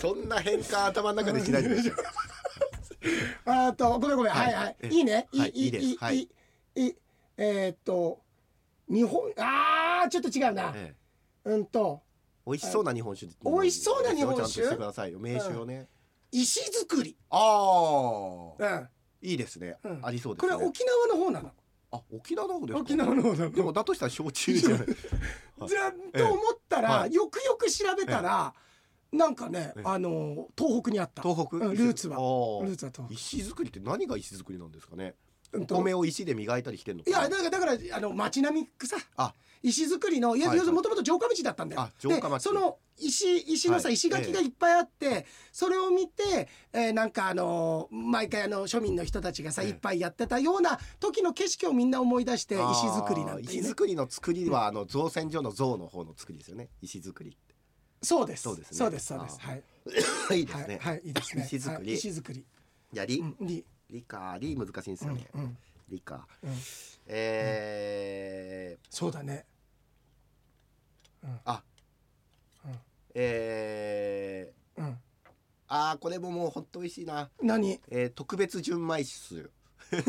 [SPEAKER 2] そんな変換頭の中でしないでください。
[SPEAKER 1] あーっとごめんごめんは
[SPEAKER 2] はい
[SPEAKER 1] いはい
[SPEAKER 2] え
[SPEAKER 1] いいねい
[SPEAKER 2] はいい
[SPEAKER 1] い
[SPEAKER 2] いいです
[SPEAKER 1] い
[SPEAKER 2] はい
[SPEAKER 1] いいいえーっと日本あーちょっと違うな
[SPEAKER 2] ええ
[SPEAKER 1] うんと
[SPEAKER 2] 美味しそうな日本酒。
[SPEAKER 1] 美味しそうな日本酒
[SPEAKER 2] ちゃんとしてくださいよ。名酒をね。
[SPEAKER 1] 石造り
[SPEAKER 2] あ
[SPEAKER 1] う
[SPEAKER 2] あ。
[SPEAKER 1] ん
[SPEAKER 2] いいですね
[SPEAKER 1] う。ん
[SPEAKER 2] ありそうです
[SPEAKER 1] これ
[SPEAKER 2] ね。
[SPEAKER 1] 沖縄の方なの
[SPEAKER 2] あ、沖縄の方ですか。
[SPEAKER 1] 沖縄の方なの
[SPEAKER 2] でもだとしたら焼酎じゃない。はい
[SPEAKER 1] ずらっと思ったら、
[SPEAKER 2] はい
[SPEAKER 1] よくよく調べたら、なんかね、
[SPEAKER 2] ええ
[SPEAKER 1] あの東北にあった
[SPEAKER 2] 東北、
[SPEAKER 1] うんルーツは
[SPEAKER 2] あー
[SPEAKER 1] ルーツは東
[SPEAKER 2] 石造りって何が石造りなんですかね。
[SPEAKER 1] 北うん
[SPEAKER 2] お
[SPEAKER 1] と
[SPEAKER 2] 米を石で磨いたりしてんのか
[SPEAKER 1] いや
[SPEAKER 2] な。
[SPEAKER 1] だからだからあの町並みくさ
[SPEAKER 2] あ
[SPEAKER 1] 石造りのいや、
[SPEAKER 2] はい
[SPEAKER 1] 要
[SPEAKER 2] はい
[SPEAKER 1] するにもともと城下道だったんだよ
[SPEAKER 2] あ城下町
[SPEAKER 1] でその石石のさ、
[SPEAKER 2] はい
[SPEAKER 1] 石垣がいっぱいあって、それを見て、えーなんかあのー毎回あの庶民の人たちがさ、
[SPEAKER 2] ええ
[SPEAKER 1] いっぱいやってたような時の景色をみんな思い出して
[SPEAKER 2] あー
[SPEAKER 1] 石造りなんて、ね、
[SPEAKER 2] 石造りの作りはあの造船所の造の方の作りですよね。石造りって。
[SPEAKER 1] そうです
[SPEAKER 2] そうですね
[SPEAKER 1] そうですそうです
[SPEAKER 2] あー
[SPEAKER 1] はい
[SPEAKER 2] いいで
[SPEAKER 1] は
[SPEAKER 2] す
[SPEAKER 1] い
[SPEAKER 2] ね。
[SPEAKER 1] はいいいですね
[SPEAKER 2] 石造り
[SPEAKER 1] はい石造り
[SPEAKER 2] いやり、
[SPEAKER 1] うんり
[SPEAKER 2] 理科理難しいんですよね。
[SPEAKER 1] うんうん
[SPEAKER 2] 理科。
[SPEAKER 1] うん
[SPEAKER 2] えー、
[SPEAKER 1] そうだね
[SPEAKER 2] あ、
[SPEAKER 1] うん
[SPEAKER 2] えー、
[SPEAKER 1] うん
[SPEAKER 2] あーこれももう本当美味しいな。
[SPEAKER 1] 何
[SPEAKER 2] えー、特別純米酒。
[SPEAKER 1] 酢に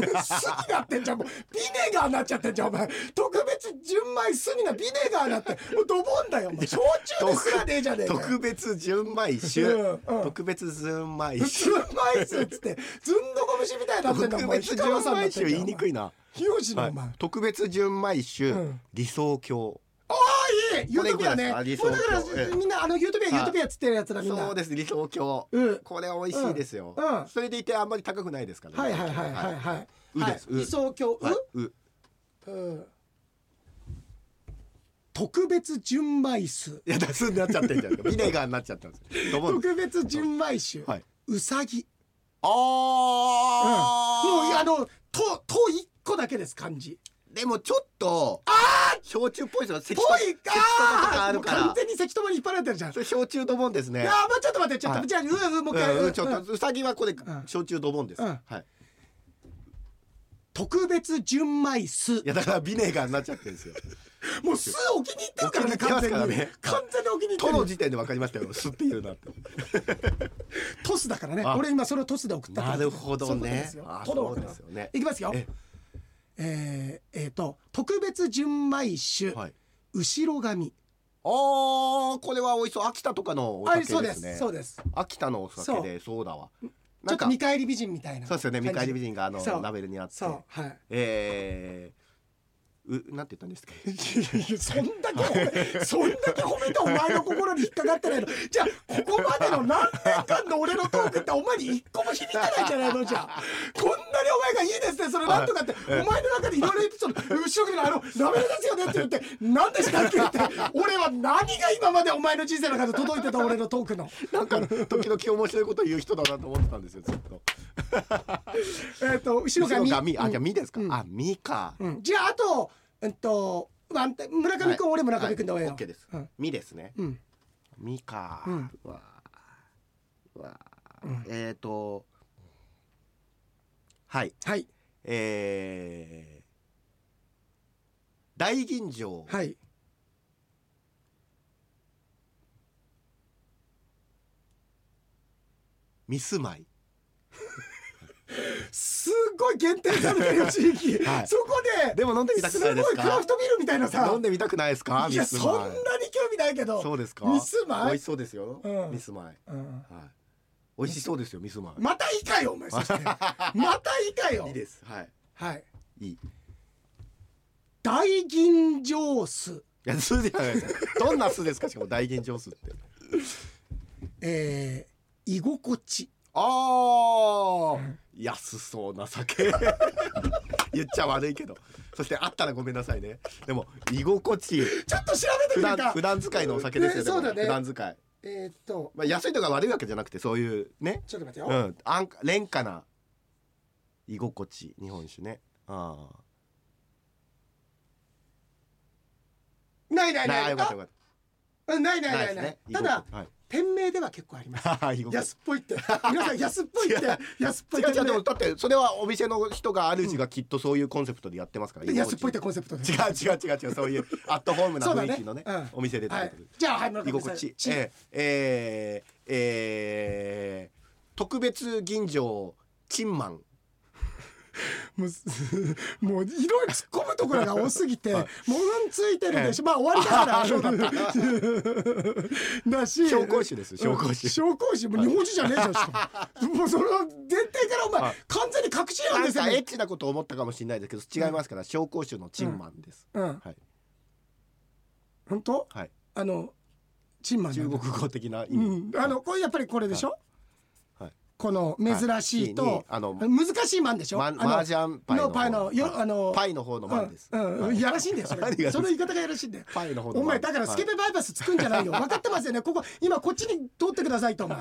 [SPEAKER 1] なってんじゃんもうビネガーになっちゃってんじゃんお前特別純米酢になビネガーになってもうドボンだよお前焼酎ですらねえじゃねえかよ
[SPEAKER 2] 特別純米酒、
[SPEAKER 1] うんうん
[SPEAKER 2] 特別純米酒
[SPEAKER 1] 純米酢っつってずんどこ虫みたいになってんだ
[SPEAKER 2] 特別純米酒言いにく
[SPEAKER 1] い
[SPEAKER 2] いな、
[SPEAKER 1] ひよしの
[SPEAKER 2] は
[SPEAKER 1] お
[SPEAKER 2] い
[SPEAKER 1] 前、
[SPEAKER 2] 特別純米酒、
[SPEAKER 1] うん
[SPEAKER 2] 理想郷
[SPEAKER 1] あいいユートピアねも
[SPEAKER 2] これいくらですか
[SPEAKER 1] うだか
[SPEAKER 2] 理想郷え
[SPEAKER 1] ら
[SPEAKER 2] え
[SPEAKER 1] みんなあのユートピア
[SPEAKER 2] はい
[SPEAKER 1] ユートピアっつってるやつだみんな
[SPEAKER 2] そうです理想郷
[SPEAKER 1] うん
[SPEAKER 2] これ美味しいですよ、
[SPEAKER 1] うんうん
[SPEAKER 2] それでいてあんまり高くないですから
[SPEAKER 1] はいはいはいはいはい。
[SPEAKER 2] うです
[SPEAKER 1] はい
[SPEAKER 2] うん
[SPEAKER 1] 理想郷。
[SPEAKER 2] はいう
[SPEAKER 1] うん特別純米酢。
[SPEAKER 2] いやだすになっちゃって んじゃんビネガーになっちゃったんですドボン
[SPEAKER 1] 特別純米酒。
[SPEAKER 2] はいう
[SPEAKER 1] さぎ。うんもう
[SPEAKER 2] あ
[SPEAKER 1] あ
[SPEAKER 2] あ、
[SPEAKER 1] のとと一個だけです漢字。
[SPEAKER 2] でもちょっと焼酎っぽいですよせき
[SPEAKER 1] ぽ
[SPEAKER 2] と
[SPEAKER 1] い
[SPEAKER 2] せきとばとか
[SPEAKER 1] か
[SPEAKER 2] あ。
[SPEAKER 1] も
[SPEAKER 2] る
[SPEAKER 1] う
[SPEAKER 2] か
[SPEAKER 1] 完
[SPEAKER 2] ら
[SPEAKER 1] 全に関ともに引っ張られてるじゃん。い
[SPEAKER 2] それ焼酎ドボンですね
[SPEAKER 1] やまあちょっと待ってちょっ
[SPEAKER 2] は
[SPEAKER 1] と
[SPEAKER 2] い
[SPEAKER 1] じゃあうんうんもう一回。
[SPEAKER 2] う、
[SPEAKER 1] うんん
[SPEAKER 2] ちょっと、
[SPEAKER 1] うん
[SPEAKER 2] うさぎはこれ、
[SPEAKER 1] ん
[SPEAKER 2] 焼酎ドボンです、
[SPEAKER 1] うん
[SPEAKER 2] はい
[SPEAKER 1] 特別純米酢
[SPEAKER 2] い。やだからビネガーになっちゃってるんですよ
[SPEAKER 1] もう酢お気に入ってるからね
[SPEAKER 2] お気に入
[SPEAKER 1] 完
[SPEAKER 2] って
[SPEAKER 1] 全
[SPEAKER 2] ますから
[SPEAKER 1] に
[SPEAKER 2] ね。
[SPEAKER 1] 完全にお気に入って
[SPEAKER 2] と
[SPEAKER 1] る
[SPEAKER 2] の。時点で分かりましたよ吸っているなって
[SPEAKER 1] トスだからね
[SPEAKER 2] あ
[SPEAKER 1] 俺今それをトスで送ったから
[SPEAKER 2] なるほど
[SPEAKER 1] そういうことで
[SPEAKER 2] ね
[SPEAKER 1] すよ
[SPEAKER 2] あ
[SPEAKER 1] トロ
[SPEAKER 2] そ
[SPEAKER 1] ワ
[SPEAKER 2] う
[SPEAKER 1] か
[SPEAKER 2] で
[SPEAKER 1] ら
[SPEAKER 2] すよね
[SPEAKER 1] いきますよ
[SPEAKER 2] え
[SPEAKER 1] えー、えーと特別純米酒、
[SPEAKER 2] はい
[SPEAKER 1] 後ろ髪
[SPEAKER 2] あーこれは美味しそう秋田とかのお
[SPEAKER 1] あ
[SPEAKER 2] 酒
[SPEAKER 1] そう
[SPEAKER 2] で
[SPEAKER 1] ですす
[SPEAKER 2] ね
[SPEAKER 1] そうです
[SPEAKER 2] 秋田のお酒でそうだわ
[SPEAKER 1] ち
[SPEAKER 2] な
[SPEAKER 1] ょっ
[SPEAKER 2] ん
[SPEAKER 1] と
[SPEAKER 2] か
[SPEAKER 1] 見返り美人みたいな
[SPEAKER 2] そうですよね見返り美
[SPEAKER 1] 人
[SPEAKER 2] 人があの
[SPEAKER 1] そう
[SPEAKER 2] ラベルにあって
[SPEAKER 1] そうはい
[SPEAKER 2] えー、うなんて言ったんですか
[SPEAKER 1] そんだけ褒めそんだけ褒めたお前の心に引っかかってないのじゃあここまでの何年間の俺のトークってお前に一個も響かないんじゃないのじゃあこんなにお前がいいですねそれなんとかってお前の中でいろいろエピソード後ろ組のあの「ラベルですよね」って言って「何でしたっけ?」って俺は何が今までお前の人生の中で届いてた俺のトークの。
[SPEAKER 2] なんか時々面白いこと言う人だなと思ってたんですよずっと
[SPEAKER 1] えっと後ろ
[SPEAKER 2] 後ろ
[SPEAKER 1] 髪
[SPEAKER 2] 髪あじゃあみですか、
[SPEAKER 1] うん
[SPEAKER 2] あみか
[SPEAKER 1] うんじゃああとうんとワンタイム村上君、俺村上君で終えよう
[SPEAKER 2] はい OK です
[SPEAKER 1] うん
[SPEAKER 2] みですね
[SPEAKER 1] うん
[SPEAKER 2] みか、
[SPEAKER 1] うん
[SPEAKER 2] わーわー、
[SPEAKER 1] うん
[SPEAKER 2] えっ、ー、とはい
[SPEAKER 1] はい
[SPEAKER 2] えー、大吟醸
[SPEAKER 1] はい
[SPEAKER 2] ミスマイ
[SPEAKER 1] すっごい限定されてる地域、
[SPEAKER 2] はい
[SPEAKER 1] そこで
[SPEAKER 2] でも飲んでみたく
[SPEAKER 1] す
[SPEAKER 2] な
[SPEAKER 1] ご
[SPEAKER 2] いです
[SPEAKER 1] いクラ
[SPEAKER 2] か
[SPEAKER 1] フトビールみたいなさ
[SPEAKER 2] 飲んでみたくないですか
[SPEAKER 1] い
[SPEAKER 2] ミ
[SPEAKER 1] や
[SPEAKER 2] ス
[SPEAKER 1] そんな
[SPEAKER 2] マイ
[SPEAKER 1] に興味ないけど
[SPEAKER 2] そうですか
[SPEAKER 1] ミスマイ
[SPEAKER 2] 美味しそうですよ、
[SPEAKER 1] うん
[SPEAKER 2] ミスマイ
[SPEAKER 1] うん
[SPEAKER 2] はい美味しそうですよミスマイ、
[SPEAKER 1] またいいかよお前 そしてまたいいかよ
[SPEAKER 2] いいですはい
[SPEAKER 1] はい
[SPEAKER 2] いいい
[SPEAKER 1] 大吟醸酢
[SPEAKER 2] や酢じゃないですかどんな酢ですかしかも大吟醸酢って
[SPEAKER 1] えー、居心地
[SPEAKER 2] ああ、安そうな酒 言っちゃ悪いけどそしてあったらごめんなさいねでも居心地いい
[SPEAKER 1] ちょっと調べてく
[SPEAKER 2] 普
[SPEAKER 1] れ
[SPEAKER 2] 段
[SPEAKER 1] た
[SPEAKER 2] 普段使いのお酒です
[SPEAKER 1] ね
[SPEAKER 2] よ、でも
[SPEAKER 1] そうだね
[SPEAKER 2] 普段使い、
[SPEAKER 1] えー、っと
[SPEAKER 2] まあ、安いとか悪いわけじゃなくてそういうね
[SPEAKER 1] ちょっと待って
[SPEAKER 2] う
[SPEAKER 1] よ、
[SPEAKER 2] ん安価廉価な居心地日本酒ねあ
[SPEAKER 1] ないな
[SPEAKER 2] あ
[SPEAKER 1] い
[SPEAKER 2] な
[SPEAKER 1] な
[SPEAKER 2] あ
[SPEAKER 1] い
[SPEAKER 2] よかったよかっ
[SPEAKER 1] うんないな
[SPEAKER 2] た
[SPEAKER 1] いない
[SPEAKER 2] です
[SPEAKER 1] ない
[SPEAKER 2] ね
[SPEAKER 1] ただ
[SPEAKER 2] 居心
[SPEAKER 1] 店名では結構あります
[SPEAKER 2] 地はい 居心地
[SPEAKER 1] 安っぽいって皆さん安っぽいっ
[SPEAKER 2] 違
[SPEAKER 1] て
[SPEAKER 2] う
[SPEAKER 1] 安っぽい
[SPEAKER 2] 違う違うで
[SPEAKER 1] 店
[SPEAKER 2] もだってそれはお店の人が主がきっとそういうコンセプトでやってますから、
[SPEAKER 1] 名で安っぽいって
[SPEAKER 2] 居
[SPEAKER 1] コンセプトで
[SPEAKER 2] 心地違う違う違う違うそういうアットホームな
[SPEAKER 1] そうだ
[SPEAKER 2] 雰
[SPEAKER 1] ね
[SPEAKER 2] 囲気のね
[SPEAKER 1] うん
[SPEAKER 2] お店でって
[SPEAKER 1] は
[SPEAKER 2] こ
[SPEAKER 1] い
[SPEAKER 2] とで、
[SPEAKER 1] じゃあはい村
[SPEAKER 2] 居
[SPEAKER 1] 上さ
[SPEAKER 2] 心
[SPEAKER 1] ん
[SPEAKER 2] 地
[SPEAKER 1] ち
[SPEAKER 2] えー、えー、えー、特別吟醸チンマン
[SPEAKER 1] もうすもういろいろ突っ込むところが多すぎてもううんついてるでしょまあ終わりだからだし
[SPEAKER 2] 紹興酒ですよ紹興酒
[SPEAKER 1] 紹興酒もう日本酒じゃねえじゃんしかももうそれは前提からお前
[SPEAKER 2] はい
[SPEAKER 1] 完全に確信犯
[SPEAKER 2] な
[SPEAKER 1] で
[SPEAKER 2] ん
[SPEAKER 1] すよ
[SPEAKER 2] かエ
[SPEAKER 1] ね
[SPEAKER 2] ッチなこと思ったかもしれないですけど違いますから紹興酒のチンマンです、
[SPEAKER 1] うん
[SPEAKER 2] はい
[SPEAKER 1] 本当
[SPEAKER 2] はい
[SPEAKER 1] あのチンマンな
[SPEAKER 2] 中
[SPEAKER 1] んだ
[SPEAKER 2] 国語的な意味、
[SPEAKER 1] うんあのこれやっぱりこれでしょ
[SPEAKER 2] はい
[SPEAKER 1] この珍しい
[SPEAKER 2] はいに
[SPEAKER 1] と
[SPEAKER 2] あの
[SPEAKER 1] 難しいマンでしょ
[SPEAKER 2] マ
[SPEAKER 1] あ
[SPEAKER 2] ン
[SPEAKER 1] の
[SPEAKER 2] マージャンパイの
[SPEAKER 1] のパイのよあの
[SPEAKER 2] パイの方のマンです、
[SPEAKER 1] うんうん
[SPEAKER 2] はい
[SPEAKER 1] いやらしいんだよそ
[SPEAKER 2] 何がで
[SPEAKER 1] れ
[SPEAKER 2] す
[SPEAKER 1] その言い方がやらしいんだよ
[SPEAKER 2] パイの方の
[SPEAKER 1] お前だからスケベバイパスつくんじゃないよ分かってますよねここ今こっちに通ってくださいとお前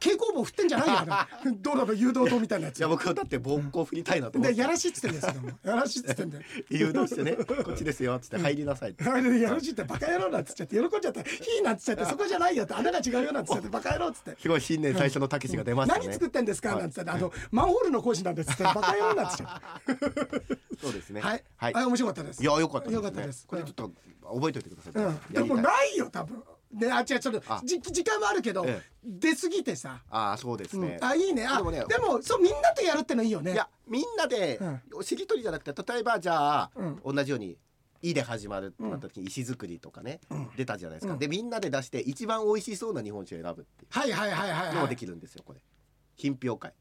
[SPEAKER 1] 蛍光棒振ってんじ ゃないよお前道路の誘導灯みたいなやつ
[SPEAKER 2] いや僕はだって膀胱振りたいなと思っ
[SPEAKER 1] で
[SPEAKER 2] て
[SPEAKER 1] やらしいっつってんですよやらしいっつってんだよ
[SPEAKER 2] 誘導してねこっちですよっつって入りなさいっ て
[SPEAKER 1] あれでやらしいってバカ野郎なんつっちゃって喜んじゃっていいなんつっちゃってそこじゃないよって穴が違うよなんつっちゃ ってバカ野郎っつって
[SPEAKER 2] すごい新年最初のたけしが出ましたね
[SPEAKER 1] 何作ってんですか
[SPEAKER 2] はい
[SPEAKER 1] なんつってあのマンホールの工事なんですってバカ野郎なんつっち ゃって
[SPEAKER 2] そうですね
[SPEAKER 1] はい
[SPEAKER 2] はい
[SPEAKER 1] あ面白かったです
[SPEAKER 2] いや良かったですね
[SPEAKER 1] 良かったです
[SPEAKER 2] これちょっと覚えておいてください、
[SPEAKER 1] うん
[SPEAKER 2] や
[SPEAKER 1] で
[SPEAKER 2] りた
[SPEAKER 1] も
[SPEAKER 2] い
[SPEAKER 1] ないよ多分ねあ違うちょっと
[SPEAKER 2] あ
[SPEAKER 1] じ時間はあるけど、
[SPEAKER 2] ええ
[SPEAKER 1] 出過ぎてさ、
[SPEAKER 2] ああそうです
[SPEAKER 1] うん
[SPEAKER 2] ね、
[SPEAKER 1] あいいねあで
[SPEAKER 2] で
[SPEAKER 1] も
[SPEAKER 2] もね
[SPEAKER 1] そうみんなとやるってのいいよね
[SPEAKER 2] いやみんなでしりとりじゃなくて例えばじゃあ、
[SPEAKER 1] うん
[SPEAKER 2] 同じように「い」で始まるって
[SPEAKER 1] うん
[SPEAKER 2] なった時に石造りとかね、
[SPEAKER 1] うん
[SPEAKER 2] 出たじゃないですか、
[SPEAKER 1] うん
[SPEAKER 2] でみんなで出して一番美味しそうな日本酒を選ぶってい
[SPEAKER 1] はいはいはいはいうは
[SPEAKER 2] の
[SPEAKER 1] い
[SPEAKER 2] もできるんですよこれ品評会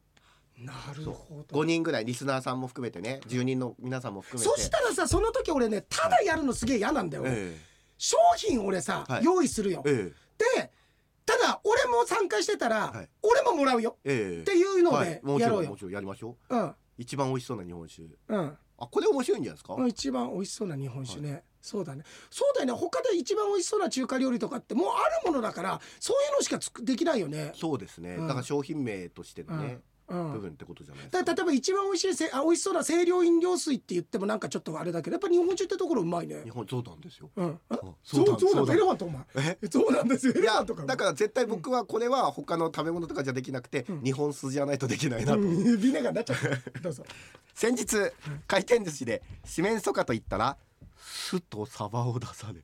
[SPEAKER 1] なるほど
[SPEAKER 2] 5人ぐらいリスナーさんも含めてね住人の皆さんも含めて
[SPEAKER 1] そしたらさその時俺ねただやるのすげえ嫌なんだよ、
[SPEAKER 2] え
[SPEAKER 1] 商品俺さ、
[SPEAKER 2] はい
[SPEAKER 1] 用意するよ
[SPEAKER 2] え
[SPEAKER 1] でただ俺も参加してたら、
[SPEAKER 2] はい
[SPEAKER 1] 俺ももらうよ
[SPEAKER 2] えええ
[SPEAKER 1] っていうので
[SPEAKER 2] もち
[SPEAKER 1] や
[SPEAKER 2] ろ
[SPEAKER 1] ろ
[SPEAKER 2] ん
[SPEAKER 1] う
[SPEAKER 2] も
[SPEAKER 1] よ、
[SPEAKER 2] ちろんやりましょう
[SPEAKER 1] うん
[SPEAKER 2] 一番美味しそうな日本酒
[SPEAKER 1] うん
[SPEAKER 2] あこれ面白いんじゃないですか、
[SPEAKER 1] うん一番美味しそうな日本酒ね、そうだねそうだよね他で一番美味しそうな中華料理とかってもうあるものだからそういうのしかつくできないよね
[SPEAKER 2] そうですね、
[SPEAKER 1] うん
[SPEAKER 2] だから商品名としてのね、
[SPEAKER 1] うん
[SPEAKER 2] 部分ってことじゃないで
[SPEAKER 1] だ
[SPEAKER 2] すか
[SPEAKER 1] 例えば一番美味しいせあ美味しそうな清涼飲料水って言ってもなんかちょっとあれだけどやっぱ日本酒ってところうまいね
[SPEAKER 2] 日本そうなんですよ
[SPEAKER 1] うんあ
[SPEAKER 2] あ
[SPEAKER 1] そう
[SPEAKER 2] だ
[SPEAKER 1] そうなんだエレ
[SPEAKER 2] だ
[SPEAKER 1] ファントお前
[SPEAKER 2] え
[SPEAKER 1] そうなんですよエ
[SPEAKER 2] い
[SPEAKER 1] レファ
[SPEAKER 2] や
[SPEAKER 1] ントかも
[SPEAKER 2] だから絶対僕はこれは他の食べ物とかじゃできなくて、日本酢じゃないとできないなと、
[SPEAKER 1] うんビネガーになっちゃったどうぞ
[SPEAKER 2] 先日回転寿司で四面楚歌と言ったら酢とサバを出され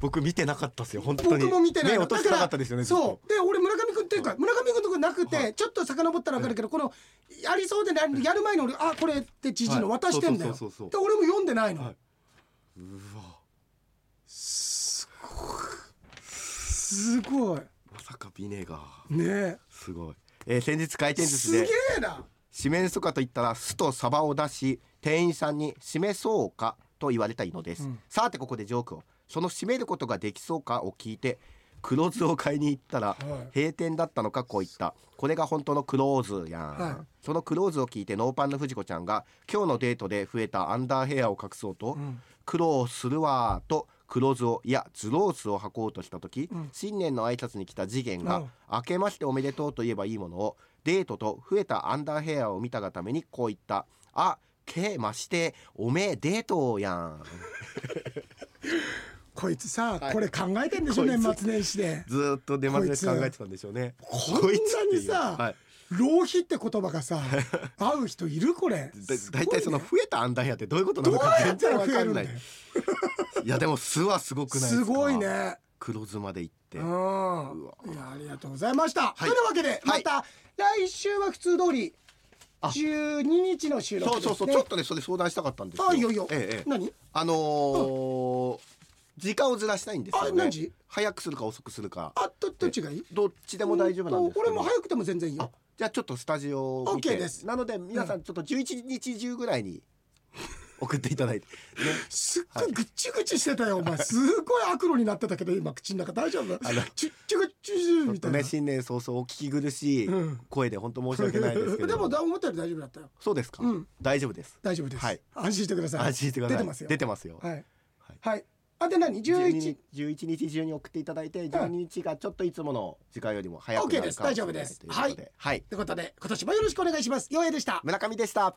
[SPEAKER 2] 僕見てなかったですよ本当に
[SPEAKER 1] 僕も見てない
[SPEAKER 2] 目
[SPEAKER 1] の
[SPEAKER 2] 落としたかったですよね
[SPEAKER 1] だからそうで俺村上君っていうか村上君のとこなくて、
[SPEAKER 2] は
[SPEAKER 1] ちょっと遡ったら分かるけどこのやりそうでなやる前に俺あこれってじじいの
[SPEAKER 2] はい
[SPEAKER 1] 渡してんだよ、
[SPEAKER 2] そうそうそうそう
[SPEAKER 1] で俺も読んでないの、
[SPEAKER 2] はいうわ
[SPEAKER 1] すすごい
[SPEAKER 2] まさかビネガー
[SPEAKER 1] ねえ
[SPEAKER 2] すごい、えー先日回転寿司
[SPEAKER 1] すげ
[SPEAKER 2] で
[SPEAKER 1] えな
[SPEAKER 2] 四面楚歌と言ったら酢とサバを出し店員さんに締めそうかと言われたいのです、
[SPEAKER 1] うん
[SPEAKER 2] さてここでジョークをその締めることができそうかを聞いて黒酢を買いに行ったら
[SPEAKER 1] い
[SPEAKER 2] 閉店だったのかこう言ったこれが本当のクローズやん、
[SPEAKER 1] は
[SPEAKER 2] そのクローズを聞いてノーパンの藤子ちゃんが今日のデートで増えたアンダーヘアを隠そうと、
[SPEAKER 1] ん
[SPEAKER 2] 苦労するわーと黒酢をいやズロースを履こうとした時、
[SPEAKER 1] うん
[SPEAKER 2] 新年の挨拶に来た次元
[SPEAKER 1] う
[SPEAKER 2] が
[SPEAKER 1] ん
[SPEAKER 2] 明けましておめでとうと言えばいいものをデートと増えたアンダーヘアを見たがためにこう言った「あけましておめえデートやん
[SPEAKER 1] こいつさ、
[SPEAKER 2] はい
[SPEAKER 1] これ考えてんでしょ
[SPEAKER 2] こいつ
[SPEAKER 1] 年末年始で」
[SPEAKER 2] ずーっと出ま
[SPEAKER 1] こい
[SPEAKER 2] で
[SPEAKER 1] つ
[SPEAKER 2] 考えてたんでしょうね
[SPEAKER 1] こんなにさ、
[SPEAKER 2] はい、
[SPEAKER 1] 浪費って言葉がさ合う人いるこれ
[SPEAKER 2] だ
[SPEAKER 1] すご
[SPEAKER 2] 大
[SPEAKER 1] ね
[SPEAKER 2] 体その増えたアンダーヘアってどういうことな
[SPEAKER 1] どう
[SPEAKER 2] のか
[SPEAKER 1] や
[SPEAKER 2] 全
[SPEAKER 1] った
[SPEAKER 2] 然
[SPEAKER 1] ら
[SPEAKER 2] わ
[SPEAKER 1] 増え
[SPEAKER 2] か
[SPEAKER 1] る
[SPEAKER 2] ん
[SPEAKER 1] んだ
[SPEAKER 2] ない
[SPEAKER 1] よ
[SPEAKER 2] いやでも酢はすごくないです
[SPEAKER 1] す
[SPEAKER 2] か
[SPEAKER 1] ごいね
[SPEAKER 2] 黒酢まで行って
[SPEAKER 1] うんいやありがとうございました、というわけでま
[SPEAKER 2] はい
[SPEAKER 1] た、来週は普通通り
[SPEAKER 2] あ
[SPEAKER 1] 12日の収録
[SPEAKER 2] そ
[SPEAKER 1] で
[SPEAKER 2] う
[SPEAKER 1] す、ね、
[SPEAKER 2] そうそうちょっとねそれ相談したかったんですよ
[SPEAKER 1] あいいよいいよ
[SPEAKER 2] ええええ
[SPEAKER 1] 何
[SPEAKER 2] あのー時間をずらしたいんですよ、ね、
[SPEAKER 1] あ何時
[SPEAKER 2] 早くするか遅くするか
[SPEAKER 1] あどどっちがいい
[SPEAKER 2] どっちでも大丈夫なんですけど
[SPEAKER 1] 俺も早くても全然いいよ
[SPEAKER 2] あじゃあちょっとスタジオを見て
[SPEAKER 1] OK です
[SPEAKER 2] なので皆さんちょっと11日中ぐら いに送っていただいて、ね、
[SPEAKER 1] すっごいぐっちぐちしてたよ、お前すごい悪路になってたけど今口の中大丈夫
[SPEAKER 2] あの
[SPEAKER 1] チュッチュグッチュチュ
[SPEAKER 2] ちょっ
[SPEAKER 1] みた
[SPEAKER 2] と
[SPEAKER 1] いな、
[SPEAKER 2] ね新年早々お聞き苦しい
[SPEAKER 1] うん
[SPEAKER 2] 声で本当申し訳ないですけ ど
[SPEAKER 1] でもだ思ったより大丈夫だったよ
[SPEAKER 2] そうですか、
[SPEAKER 1] うん
[SPEAKER 2] 大丈夫です
[SPEAKER 1] 大丈夫です、
[SPEAKER 2] はい
[SPEAKER 1] 安心してください
[SPEAKER 2] 安心してください
[SPEAKER 1] 出てますよ
[SPEAKER 2] 出てますよ、
[SPEAKER 1] はい
[SPEAKER 2] はい
[SPEAKER 1] はいあで何
[SPEAKER 2] 11
[SPEAKER 1] 11
[SPEAKER 2] 日11日中に送っていただいて12日がちょっといつもの時間よりも早くなる
[SPEAKER 1] OK です大丈夫です
[SPEAKER 2] ということではい
[SPEAKER 1] ということで今年もよろしくお願いしますようやでした
[SPEAKER 2] 村上でした